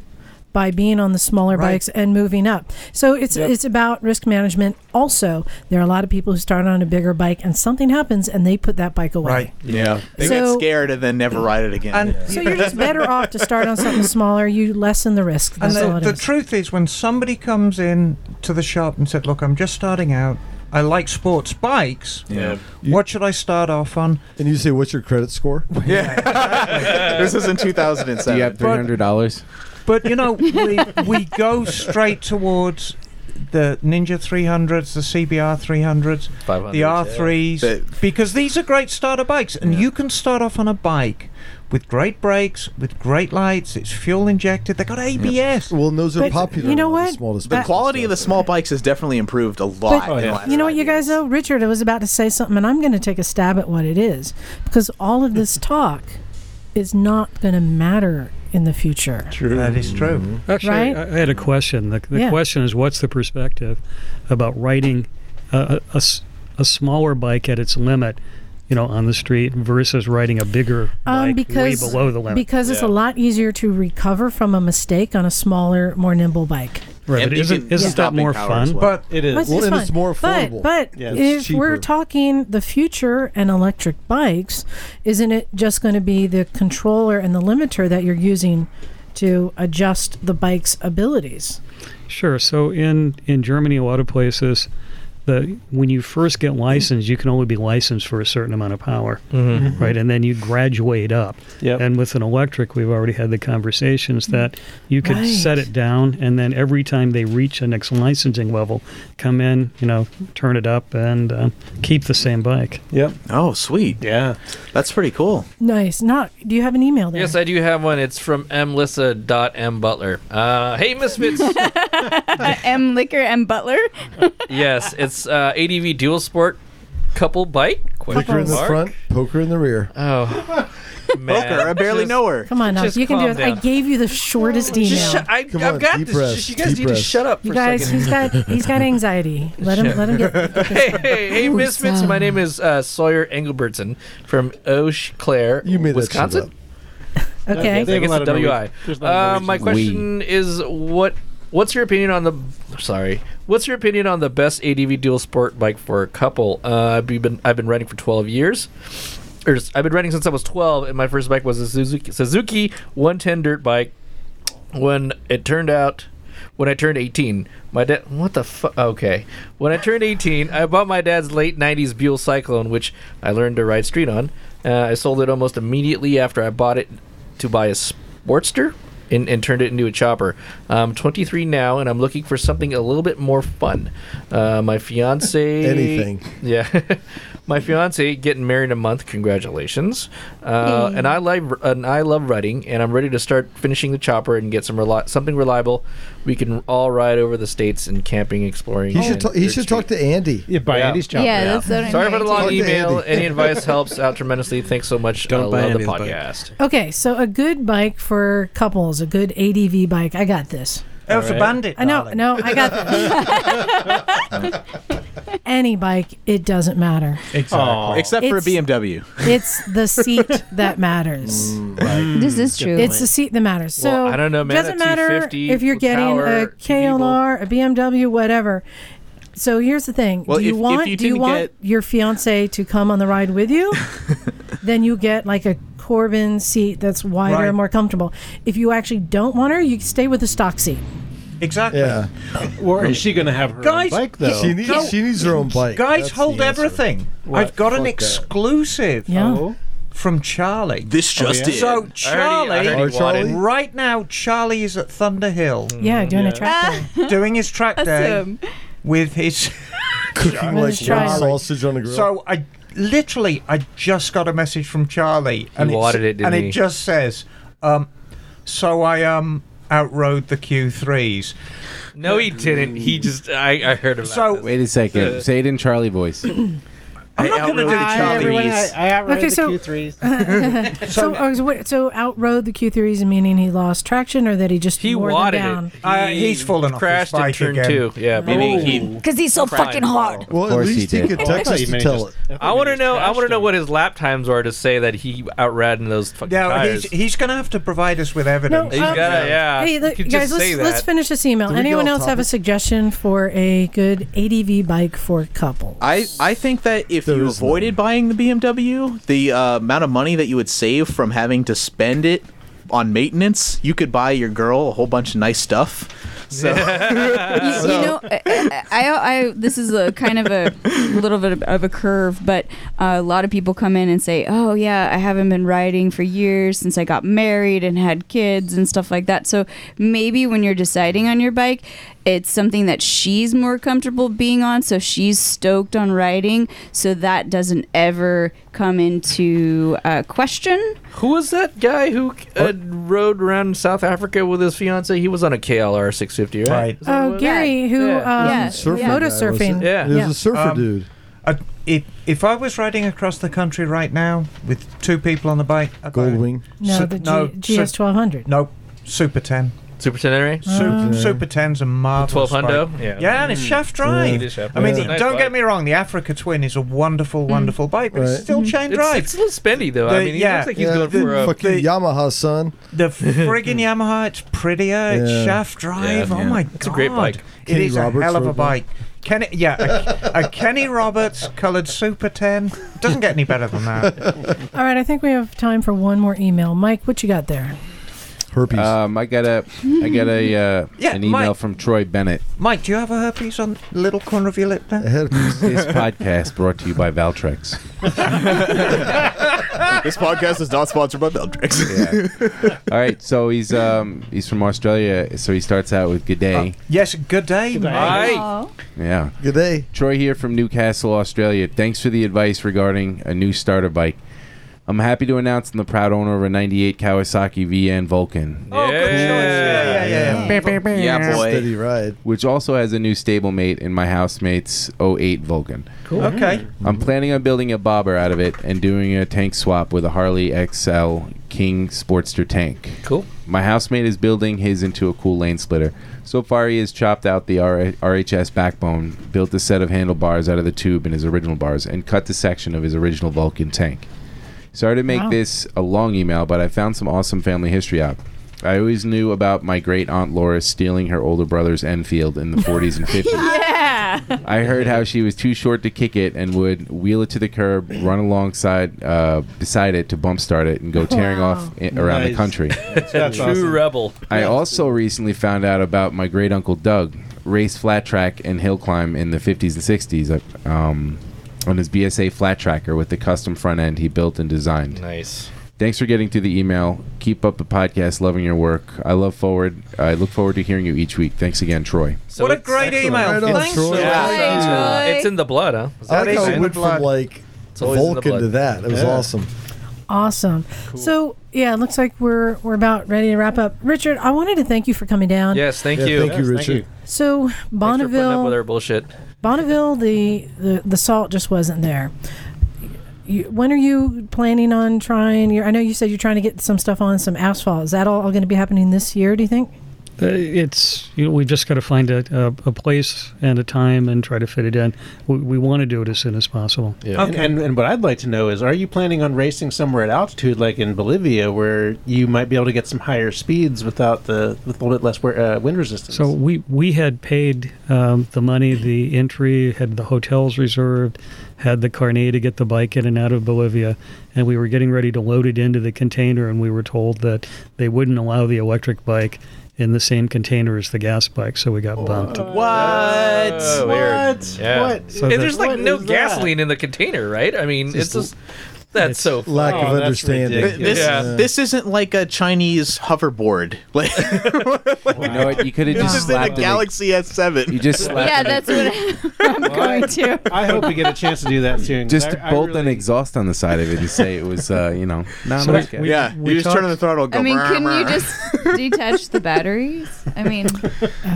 by being on the smaller Right. bikes and moving up. So it's Yep. it's about risk management also. There are a lot of people who start on a bigger bike and something happens and they put that bike away. Yeah. They So- get scared and then never ride it again. So you're just better off to start on something smaller. You lessen the risk. And That's all the, it the is. truth is, when somebody comes in to the shop and said, "Look, I'm just starting out. I like sports bikes. Yeah. What should I start off on?" And you say, what's your credit score? this is in 2007. Do you have three hundred dollars? But you know, we we go straight towards the Ninja 300s, the CBR 300s, 500s, the R3s, because these are great starter bikes, and you can start off on a bike with great brakes, with great lights. It's fuel injected. They got ABS. Well, and those are But popular you know with the what? smallest The bikes. quality of the small bikes has definitely improved a lot. Oh, But in the last you know what, you guys know? Richard was about to say something, and I'm going to take a stab at what it is because all of this talk is not going to matter in the future. True. That is true. Actually, Right? I, I had a question. The, the Yeah. question is, what's the perspective about riding a, a- a s- a smaller bike at its limit, you know, on the street versus riding a bigger Um, bike because way below the limit? because it's a lot easier to recover from a mistake on a smaller, more nimble bike. Right, And but you isn't, can- isn't that stopping more power fun? as well. But it is. Well, it's Well, just and fun. it's more But- affordable. But, Yeah, if it's we're cheaper. talking the future and electric bikes, isn't it just going to be the controller and the limiter that you're using to adjust the bike's abilities? Sure. So in in Germany, a lot of places, the when you first get licensed, you can only be licensed for a certain amount of power, Mhm. right? And then you graduate up. Yep. And with an electric, we've already had the conversations that you could Right. set it down, and then every time they reach the next licensing level, come in, you know, turn it up, and um, keep the same bike. Yep. Oh, sweet. Yeah. That's pretty cool. Nice. Not. Do you have an email there? Yes, I do have one. It's from mlissa.mbutler. Uh, hey, Misfits. M Liquor M Butler. yes, it's uh, ADV dual sport couple bike. Question Poker in the mark. front, poker in the rear. Oh, man. Poker, I barely Just- know her. Come on, now. Just you can do calm it. I down. gave you the shortest email. Just shut- I, Come I've on, got deep this. breaths, you guys deep need to breaths. shut up. For you guys, a he's second. got he's got anxiety. Let him let him get. get this hey, done. hey, hey, Ooh, Misfits. My son. name is uh, Sawyer Engelbertson from Eau Claire, You made that shit Wisconsin. up. Okay. They I have a guess lot the of Norwe- WI. there's a lot of Uh, my Norwegians. question is what what's your opinion on the sorry what's your opinion on the best ADV dual sport bike for a couple? Uh, I've been I've been riding for 12 years. Or s- I've been riding since I was 12 and my first bike was a Suzuki Suzuki 110 dirt bike when it turned out when I turned 18, my dad. What the fuck? Okay. When I turned 18, I bought my dad's late 90s Buell Cyclone, which I learned to ride street on. Uh, I sold it almost immediately after I bought it to buy a Sportster and, and turned it into a chopper. I'm 23 now, and I'm looking for something a little bit more fun. Uh, my fiance. Anything. Yeah. My fiance getting married in a month. Congratulations. Uh, And I like and I love riding, and I'm ready to start finishing the chopper and get some reli- something reliable. We can all ride over the states and camping, exploring. He should and ta- he dirt should cheap. talk to Andy. Yeah, by Yeah. Andy's job. Yeah, that's what I Sorry for the meant. long Talk to email. Andy. Any advice helps out tremendously. Thanks so much. Don't buy I love the Andy's bike. podcast. Okay, so a good bike for couples, a good ADV bike. I got this. Oh, it's a bandit. I know, darling. no, I got this. Any bike, it doesn't matter. Aw. Except for a It's- BMW. It's the seat that matters. This is true. It's the seat that matters. So Mm, Well, I don't know, man, Doesn't a matter 250 if you're with getting power, a KLR, a BMW, whatever. So here's the thing: Well, Do you if- if want you do you didn't want get- your fiance to come on the ride with you? then you get like a Corbin seat that's wider Right. and more comfortable. If you actually don't want her, you stay with the stock seat. Exactly. Yeah. Or is she going to have her Guys, own bike though? She needs, No. she needs her own bike. Guys, That's the hold answer. everything. I've got an Fuck that. exclusive Yeah. Oh. from Charlie. This just did. So Oh, I heard Charlie, he- I heard he wanted- right now, Charlie is at Thunder Hill Mm. Yeah, doing a track day. doing his track Awesome. day with his. Cooking like Let's try one it. sausage on a grill. so I literally I just got a message from Charlie, and it's- wanted it, didn't and he? it just says, um, "So I um outrode the Q3s." No, he didn't. He just I, I heard about So- this. Wait a second. Uh, Say it in Charlie voice. I'm not going to do the Hi, everyone. Charlie. I, I outrode Okay, the so- Q3s. So, oh, so, what, so outrode the Q threes, meaning he lost traction, or that he just he wore wanted them down. it. Uh, He he's fallen off his crashed bike in turn again. two. Yeah, Meaning maybe he, Because he's so fucking hard. Of well, at course he least he did. could Oh, I text thought us you to meant tell just- it. thought I you want to meant know. just I want to crashed know him. what his lap times are to say that he outran those fucking Now he's tires. he's going to have to provide us with No, evidence. He's um, gotta, yeah. Hey, you look, could guys, just say let's, that. let's finish this email. Did we get Anyone off else have a topic? suggestion for a good ADV bike for couples? I, I think that if There you is avoided buying the BMW, the uh, amount of money that you would save from having to spend it on maintenance, you could buy your girl a whole bunch of nice stuff. So you, you know, I, I, I this is a kind of a little bit of a curve, but uh, a lot of people come in and say, "Oh yeah, I haven't been riding for years since I got married and had kids and stuff like that." So maybe when you're deciding on your bike, it's something that she's more comfortable being on, so she's stoked on riding, so that doesn't ever come into uh, question. Who was that guy who uh, rode around South Africa with his fiance? He was on a KLR 650, right? Right. Is that what it Oh, was? Gary, who Yeah. um, Yeah. Surfer Yeah. guy, motor was it? surfing. Yeah. It was Yeah. a surfer Um, dude. Uh, if if I was riding across the country right now with two people on the bike, I'd buy- Goldwing. No, Su- the G- no, GS twelve hundred. Ah. no Super Ten. Super Tenere? Super, Super Ten's a marvelous 12 bike. Hundo? Yeah. Yeah, and it's shaft Mm. drive. I mean, It's a nice don't bike. get me wrong. The Africa Twin is a wonderful, Mm. wonderful bike, but Right. it's still chain It's, drive. it's a little spendy, though. I The- mean, he yeah. looks like he's Yeah, going the for a. fucking Yamaha son. the friggin' Yamaha, it's prettier. Yeah. It's shaft drive. Yeah. oh my god, It's a great bike. It Kenny is Roberts a hell of a rode that. bike. Kenny, yeah, a, a Kenny Roberts coloured Super Ten doesn't get any better than that. All right, I think we have time for one more email. Mike, what you got there? Herpes. Um, I got a, I got a, uh, Yeah, an email Mike. from Troy Bennett. Mike, do you have a herpes on the little corner of your lip there? herpes. This podcast brought to you by Valtrex. this podcast is not sponsored by Beltrix. Yeah. All right, so he's um he's from Australia, so he starts out with good day. Yes, good day, day. Mike. Aw. Yeah. Good day. Troy here from Newcastle, Australia. Thanks for the advice regarding a new starter bike. I'm happy to announce I'm the proud owner of a 98 Kawasaki VN Vulcan, Oh, good choice. Yeah, yeah, yeah. yeah. yeah, boy. Steady ride. which also has a new stablemate in my housemate's 08 Vulcan. Okay. I'm planning on building a bobber out of it and doing a tank swap with a Harley XL King Sportster tank. Cool. My housemate is building his into a cool lane splitter. So far, he has chopped out the R- RHS backbone, built a set of handlebars out of the tube in his original bars, and cut the section of his original Vulcan tank. Sorry to make Wow. this a long email, but I found some awesome family history out. I always knew about my great aunt Laura stealing her older brother's Enfield in the 40s and 50s. Yeah. I heard how she was too short to kick it and would wheel it to the curb, run alongside, uh, beside it to bump start it, and go tearing Wow. off i- around the Nice. country. That's True awesome. rebel. I also recently found out about my great uncle Doug raced flat track and hill climb in the 50s and 60s uh, um, on his BSA flat tracker with the custom front end he built and designed. Nice. Thanks for getting through the email. Keep up the podcast. Loving your work. I love forward. I look forward to hearing you each week. Thanks again, Troy. So what a it's- great email. Right on, Thanks. Troy. Lou. Yeah. uh, Thanks, Troy. it's in the blood, huh? Is I that like is how in it the went blood. from like It's always in the Vulcan blood. to that. It was Yeah. awesome. Awesome. So yeah, it looks like we're we're about ready to wrap up. Richard, I wanted to thank you for coming down. Yes, thank Yeah, you. Thank you, Yes, thank Richard. you. So Thanks for putting up with Bonneville, our bullshit. Bonneville, the, the the salt just wasn't there. You, when are you planning on trying? Your, I know you said you're trying to get some stuff on some asphalt. Is that all, going to be happening this year? Do you think? Uh, It's you know we've just got to find a, a, a place and a time and try to fit it in. We, we want to do it as soon as possible. And, Okay. and, and what I'd like to know is, are you planning on racing somewhere at altitude, like in Bolivia, where you might be able to get some higher speeds without the with a little bit less wear, uh, wind resistance? So we we had paid um, the money, the entry, had the hotels reserved, had the carnet to get the bike in and out of Bolivia, and we were getting ready to load it into the container, and we were told that they wouldn't allow the electric bike in the same container as the gas bike, so we got bumped. What? Oh, weird. what? Yeah. What? So and the- there's like what no is that? gasoline in the container, right? I mean, it's just Oh, That's so funny. lack Oh, of understanding. Th- This, Yeah. this isn't like a Chinese hoverboard. Like You know what? You could have this just is in a slapped it. Galaxy S7. You just slapped yeah, an- that's what I'm going to. I hope we get a chance to do that soon. just I- to I bolt really- an exhaust on the side of it and say it was, uh, you know, not So much. we- yeah, you just turn on the throttle. and Go I mean, brr, couldn't you brr. just detach the batteries? I mean,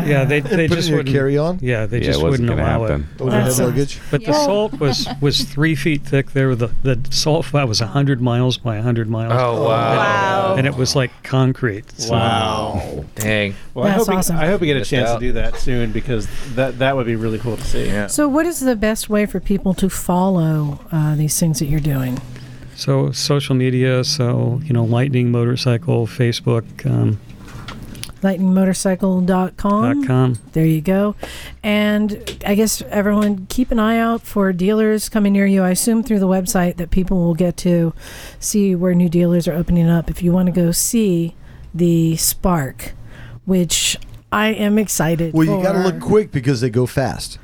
Yeah, they, they Put it just in your wouldn't. carry on. Yeah, they Yeah, just it wouldn't wasn't going to allow happen. it. Overhead That's- luggage. But the Yeah. salt was was three feet thick. There were the the salt flat was hundred miles by hundred miles. Oh wow. wow. And it was like concrete. So Wow. Dang. Well, I That's hope, we, awesome. I hope we get a Missed chance out. to do that soon because that that would be really cool to see. Yeah. So, what is the best way for people to follow uh, these things that you're doing? So social media, so you know, Lightning Motorcycle, Facebook, um, lightningmotorcycle.com. dot com. There you go. And I guess everyone keep an eye out for dealers coming near you. I assume through the website that people will get to see where new dealers are opening up. If you want to go see the Spark, which I am excited. Well, you got to for. look quick because they go fast.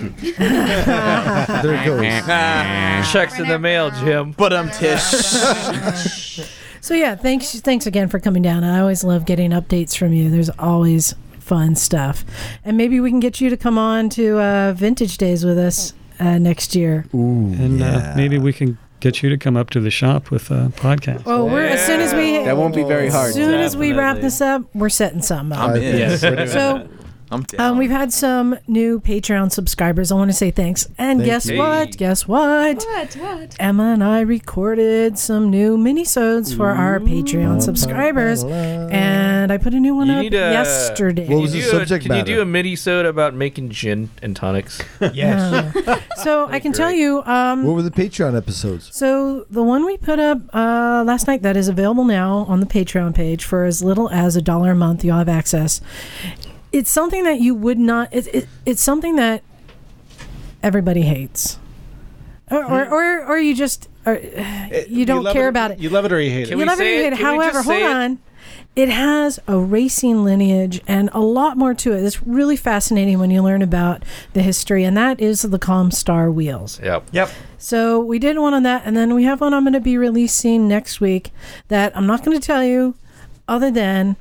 uh, there it goes. Checks in the mail, Jim. But I'm Tish. So yeah, thanks thanks again for coming down. I always love getting updates from you. There's always fun stuff, and maybe we can get you to come on to uh, Vintage Days with us uh, next year. And uh, maybe we can get you to come up to the shop with a podcast. Well, Oh, we're as soon as we That won't be very as hard. soon as we wrap Definitely. this up, we're setting something up. I'm in. So I'm down. um, we've had some new Patreon subscribers. I want to say thanks. And Thank guess you. what? Guess what? What? What? Emma and I recorded some new minisodes for our Patreon subscribers, and I put a new one You up need a- yesterday. What was the You do a- subject Can you do matter? a mini sode about making gin and tonics? Yeah. so I can tell you. What Um, were the Patreon episodes? so the one we put up uh, last night that is available now on the Patreon page for as little as a dollar a month, you'll have access. It's something that you would not. It, it, it's something that everybody hates, or or, or, or you just or, you don't love care about it. Hmm. Eh, You love it or you hate Can it. we you love it. say or you it? hate it. Can we However, just hold say it? on. It has a racing lineage and a lot more to it. It's really fascinating when you learn about the history, and that is the Comstar wheels. Yep. Yep. So we did one on that, and then we have one I'm going to be releasing next week that I'm not going to tell you, other than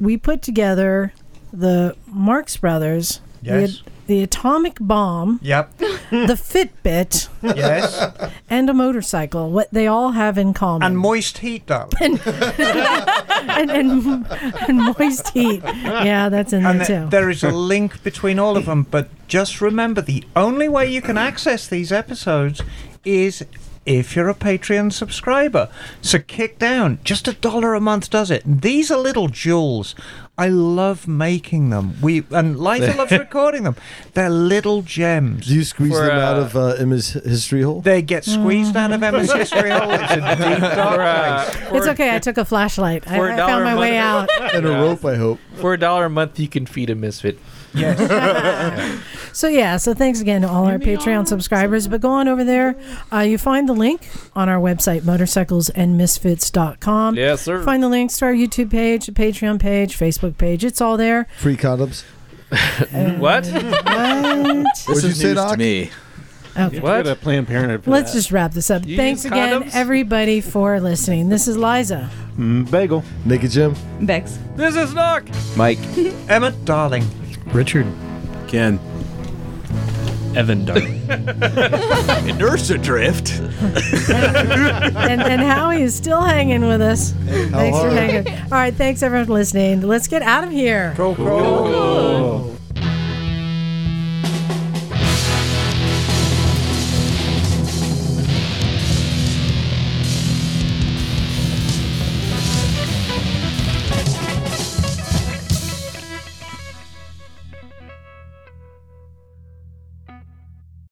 we put together the Marx Brothers, Yes. the, the atomic bomb, Yep. the Fitbit, Yes. and a motorcycle. What they all have in common, and moist heat, darling. and, and, and moist heat. Yeah, that's in And there th- too. there is a link between all of them, but just remember the only way you can access these episodes is if you're a Patreon subscriber. So kick down. Just a dollar a month does it. These are little jewels. I love making them. We and Liza loves recording them. They're little gems. Do you squeeze For, them out uh, of uh, Emma's history hole? They get squeezed out of Emma's history hole. It's a deep For, dark uh, place. for- it's okay. I took a flashlight. I, For a I dollar found a my way out. month. and a rope, I hope. For a dollar a month, you can feed a misfit. So yeah, so thanks again to all our Patreon subscribers. But go on over there. Uh, you find the link on our website, motorcyclesandmisfits.com. Yes, sir. Find the links to our YouTube page, the Patreon page, Facebook page. It's all there. Free condoms. What? What? What'd you say, news to Doc? me. Okay. Go What? to Planned Parenthood. For Let's that. just wrap this up. You Thanks use again, condoms? everybody, for listening. This is Liza. Mm, bagel. Naked Jim. Bex. this is knock. Mike. Emma, darling. Richard Ken. Evan Dark. Nurse adrift. and, and Howie is still hanging with us. thanks for hard? hanging. All right, thanks everyone for listening. Let's get out of here. Cool, cool.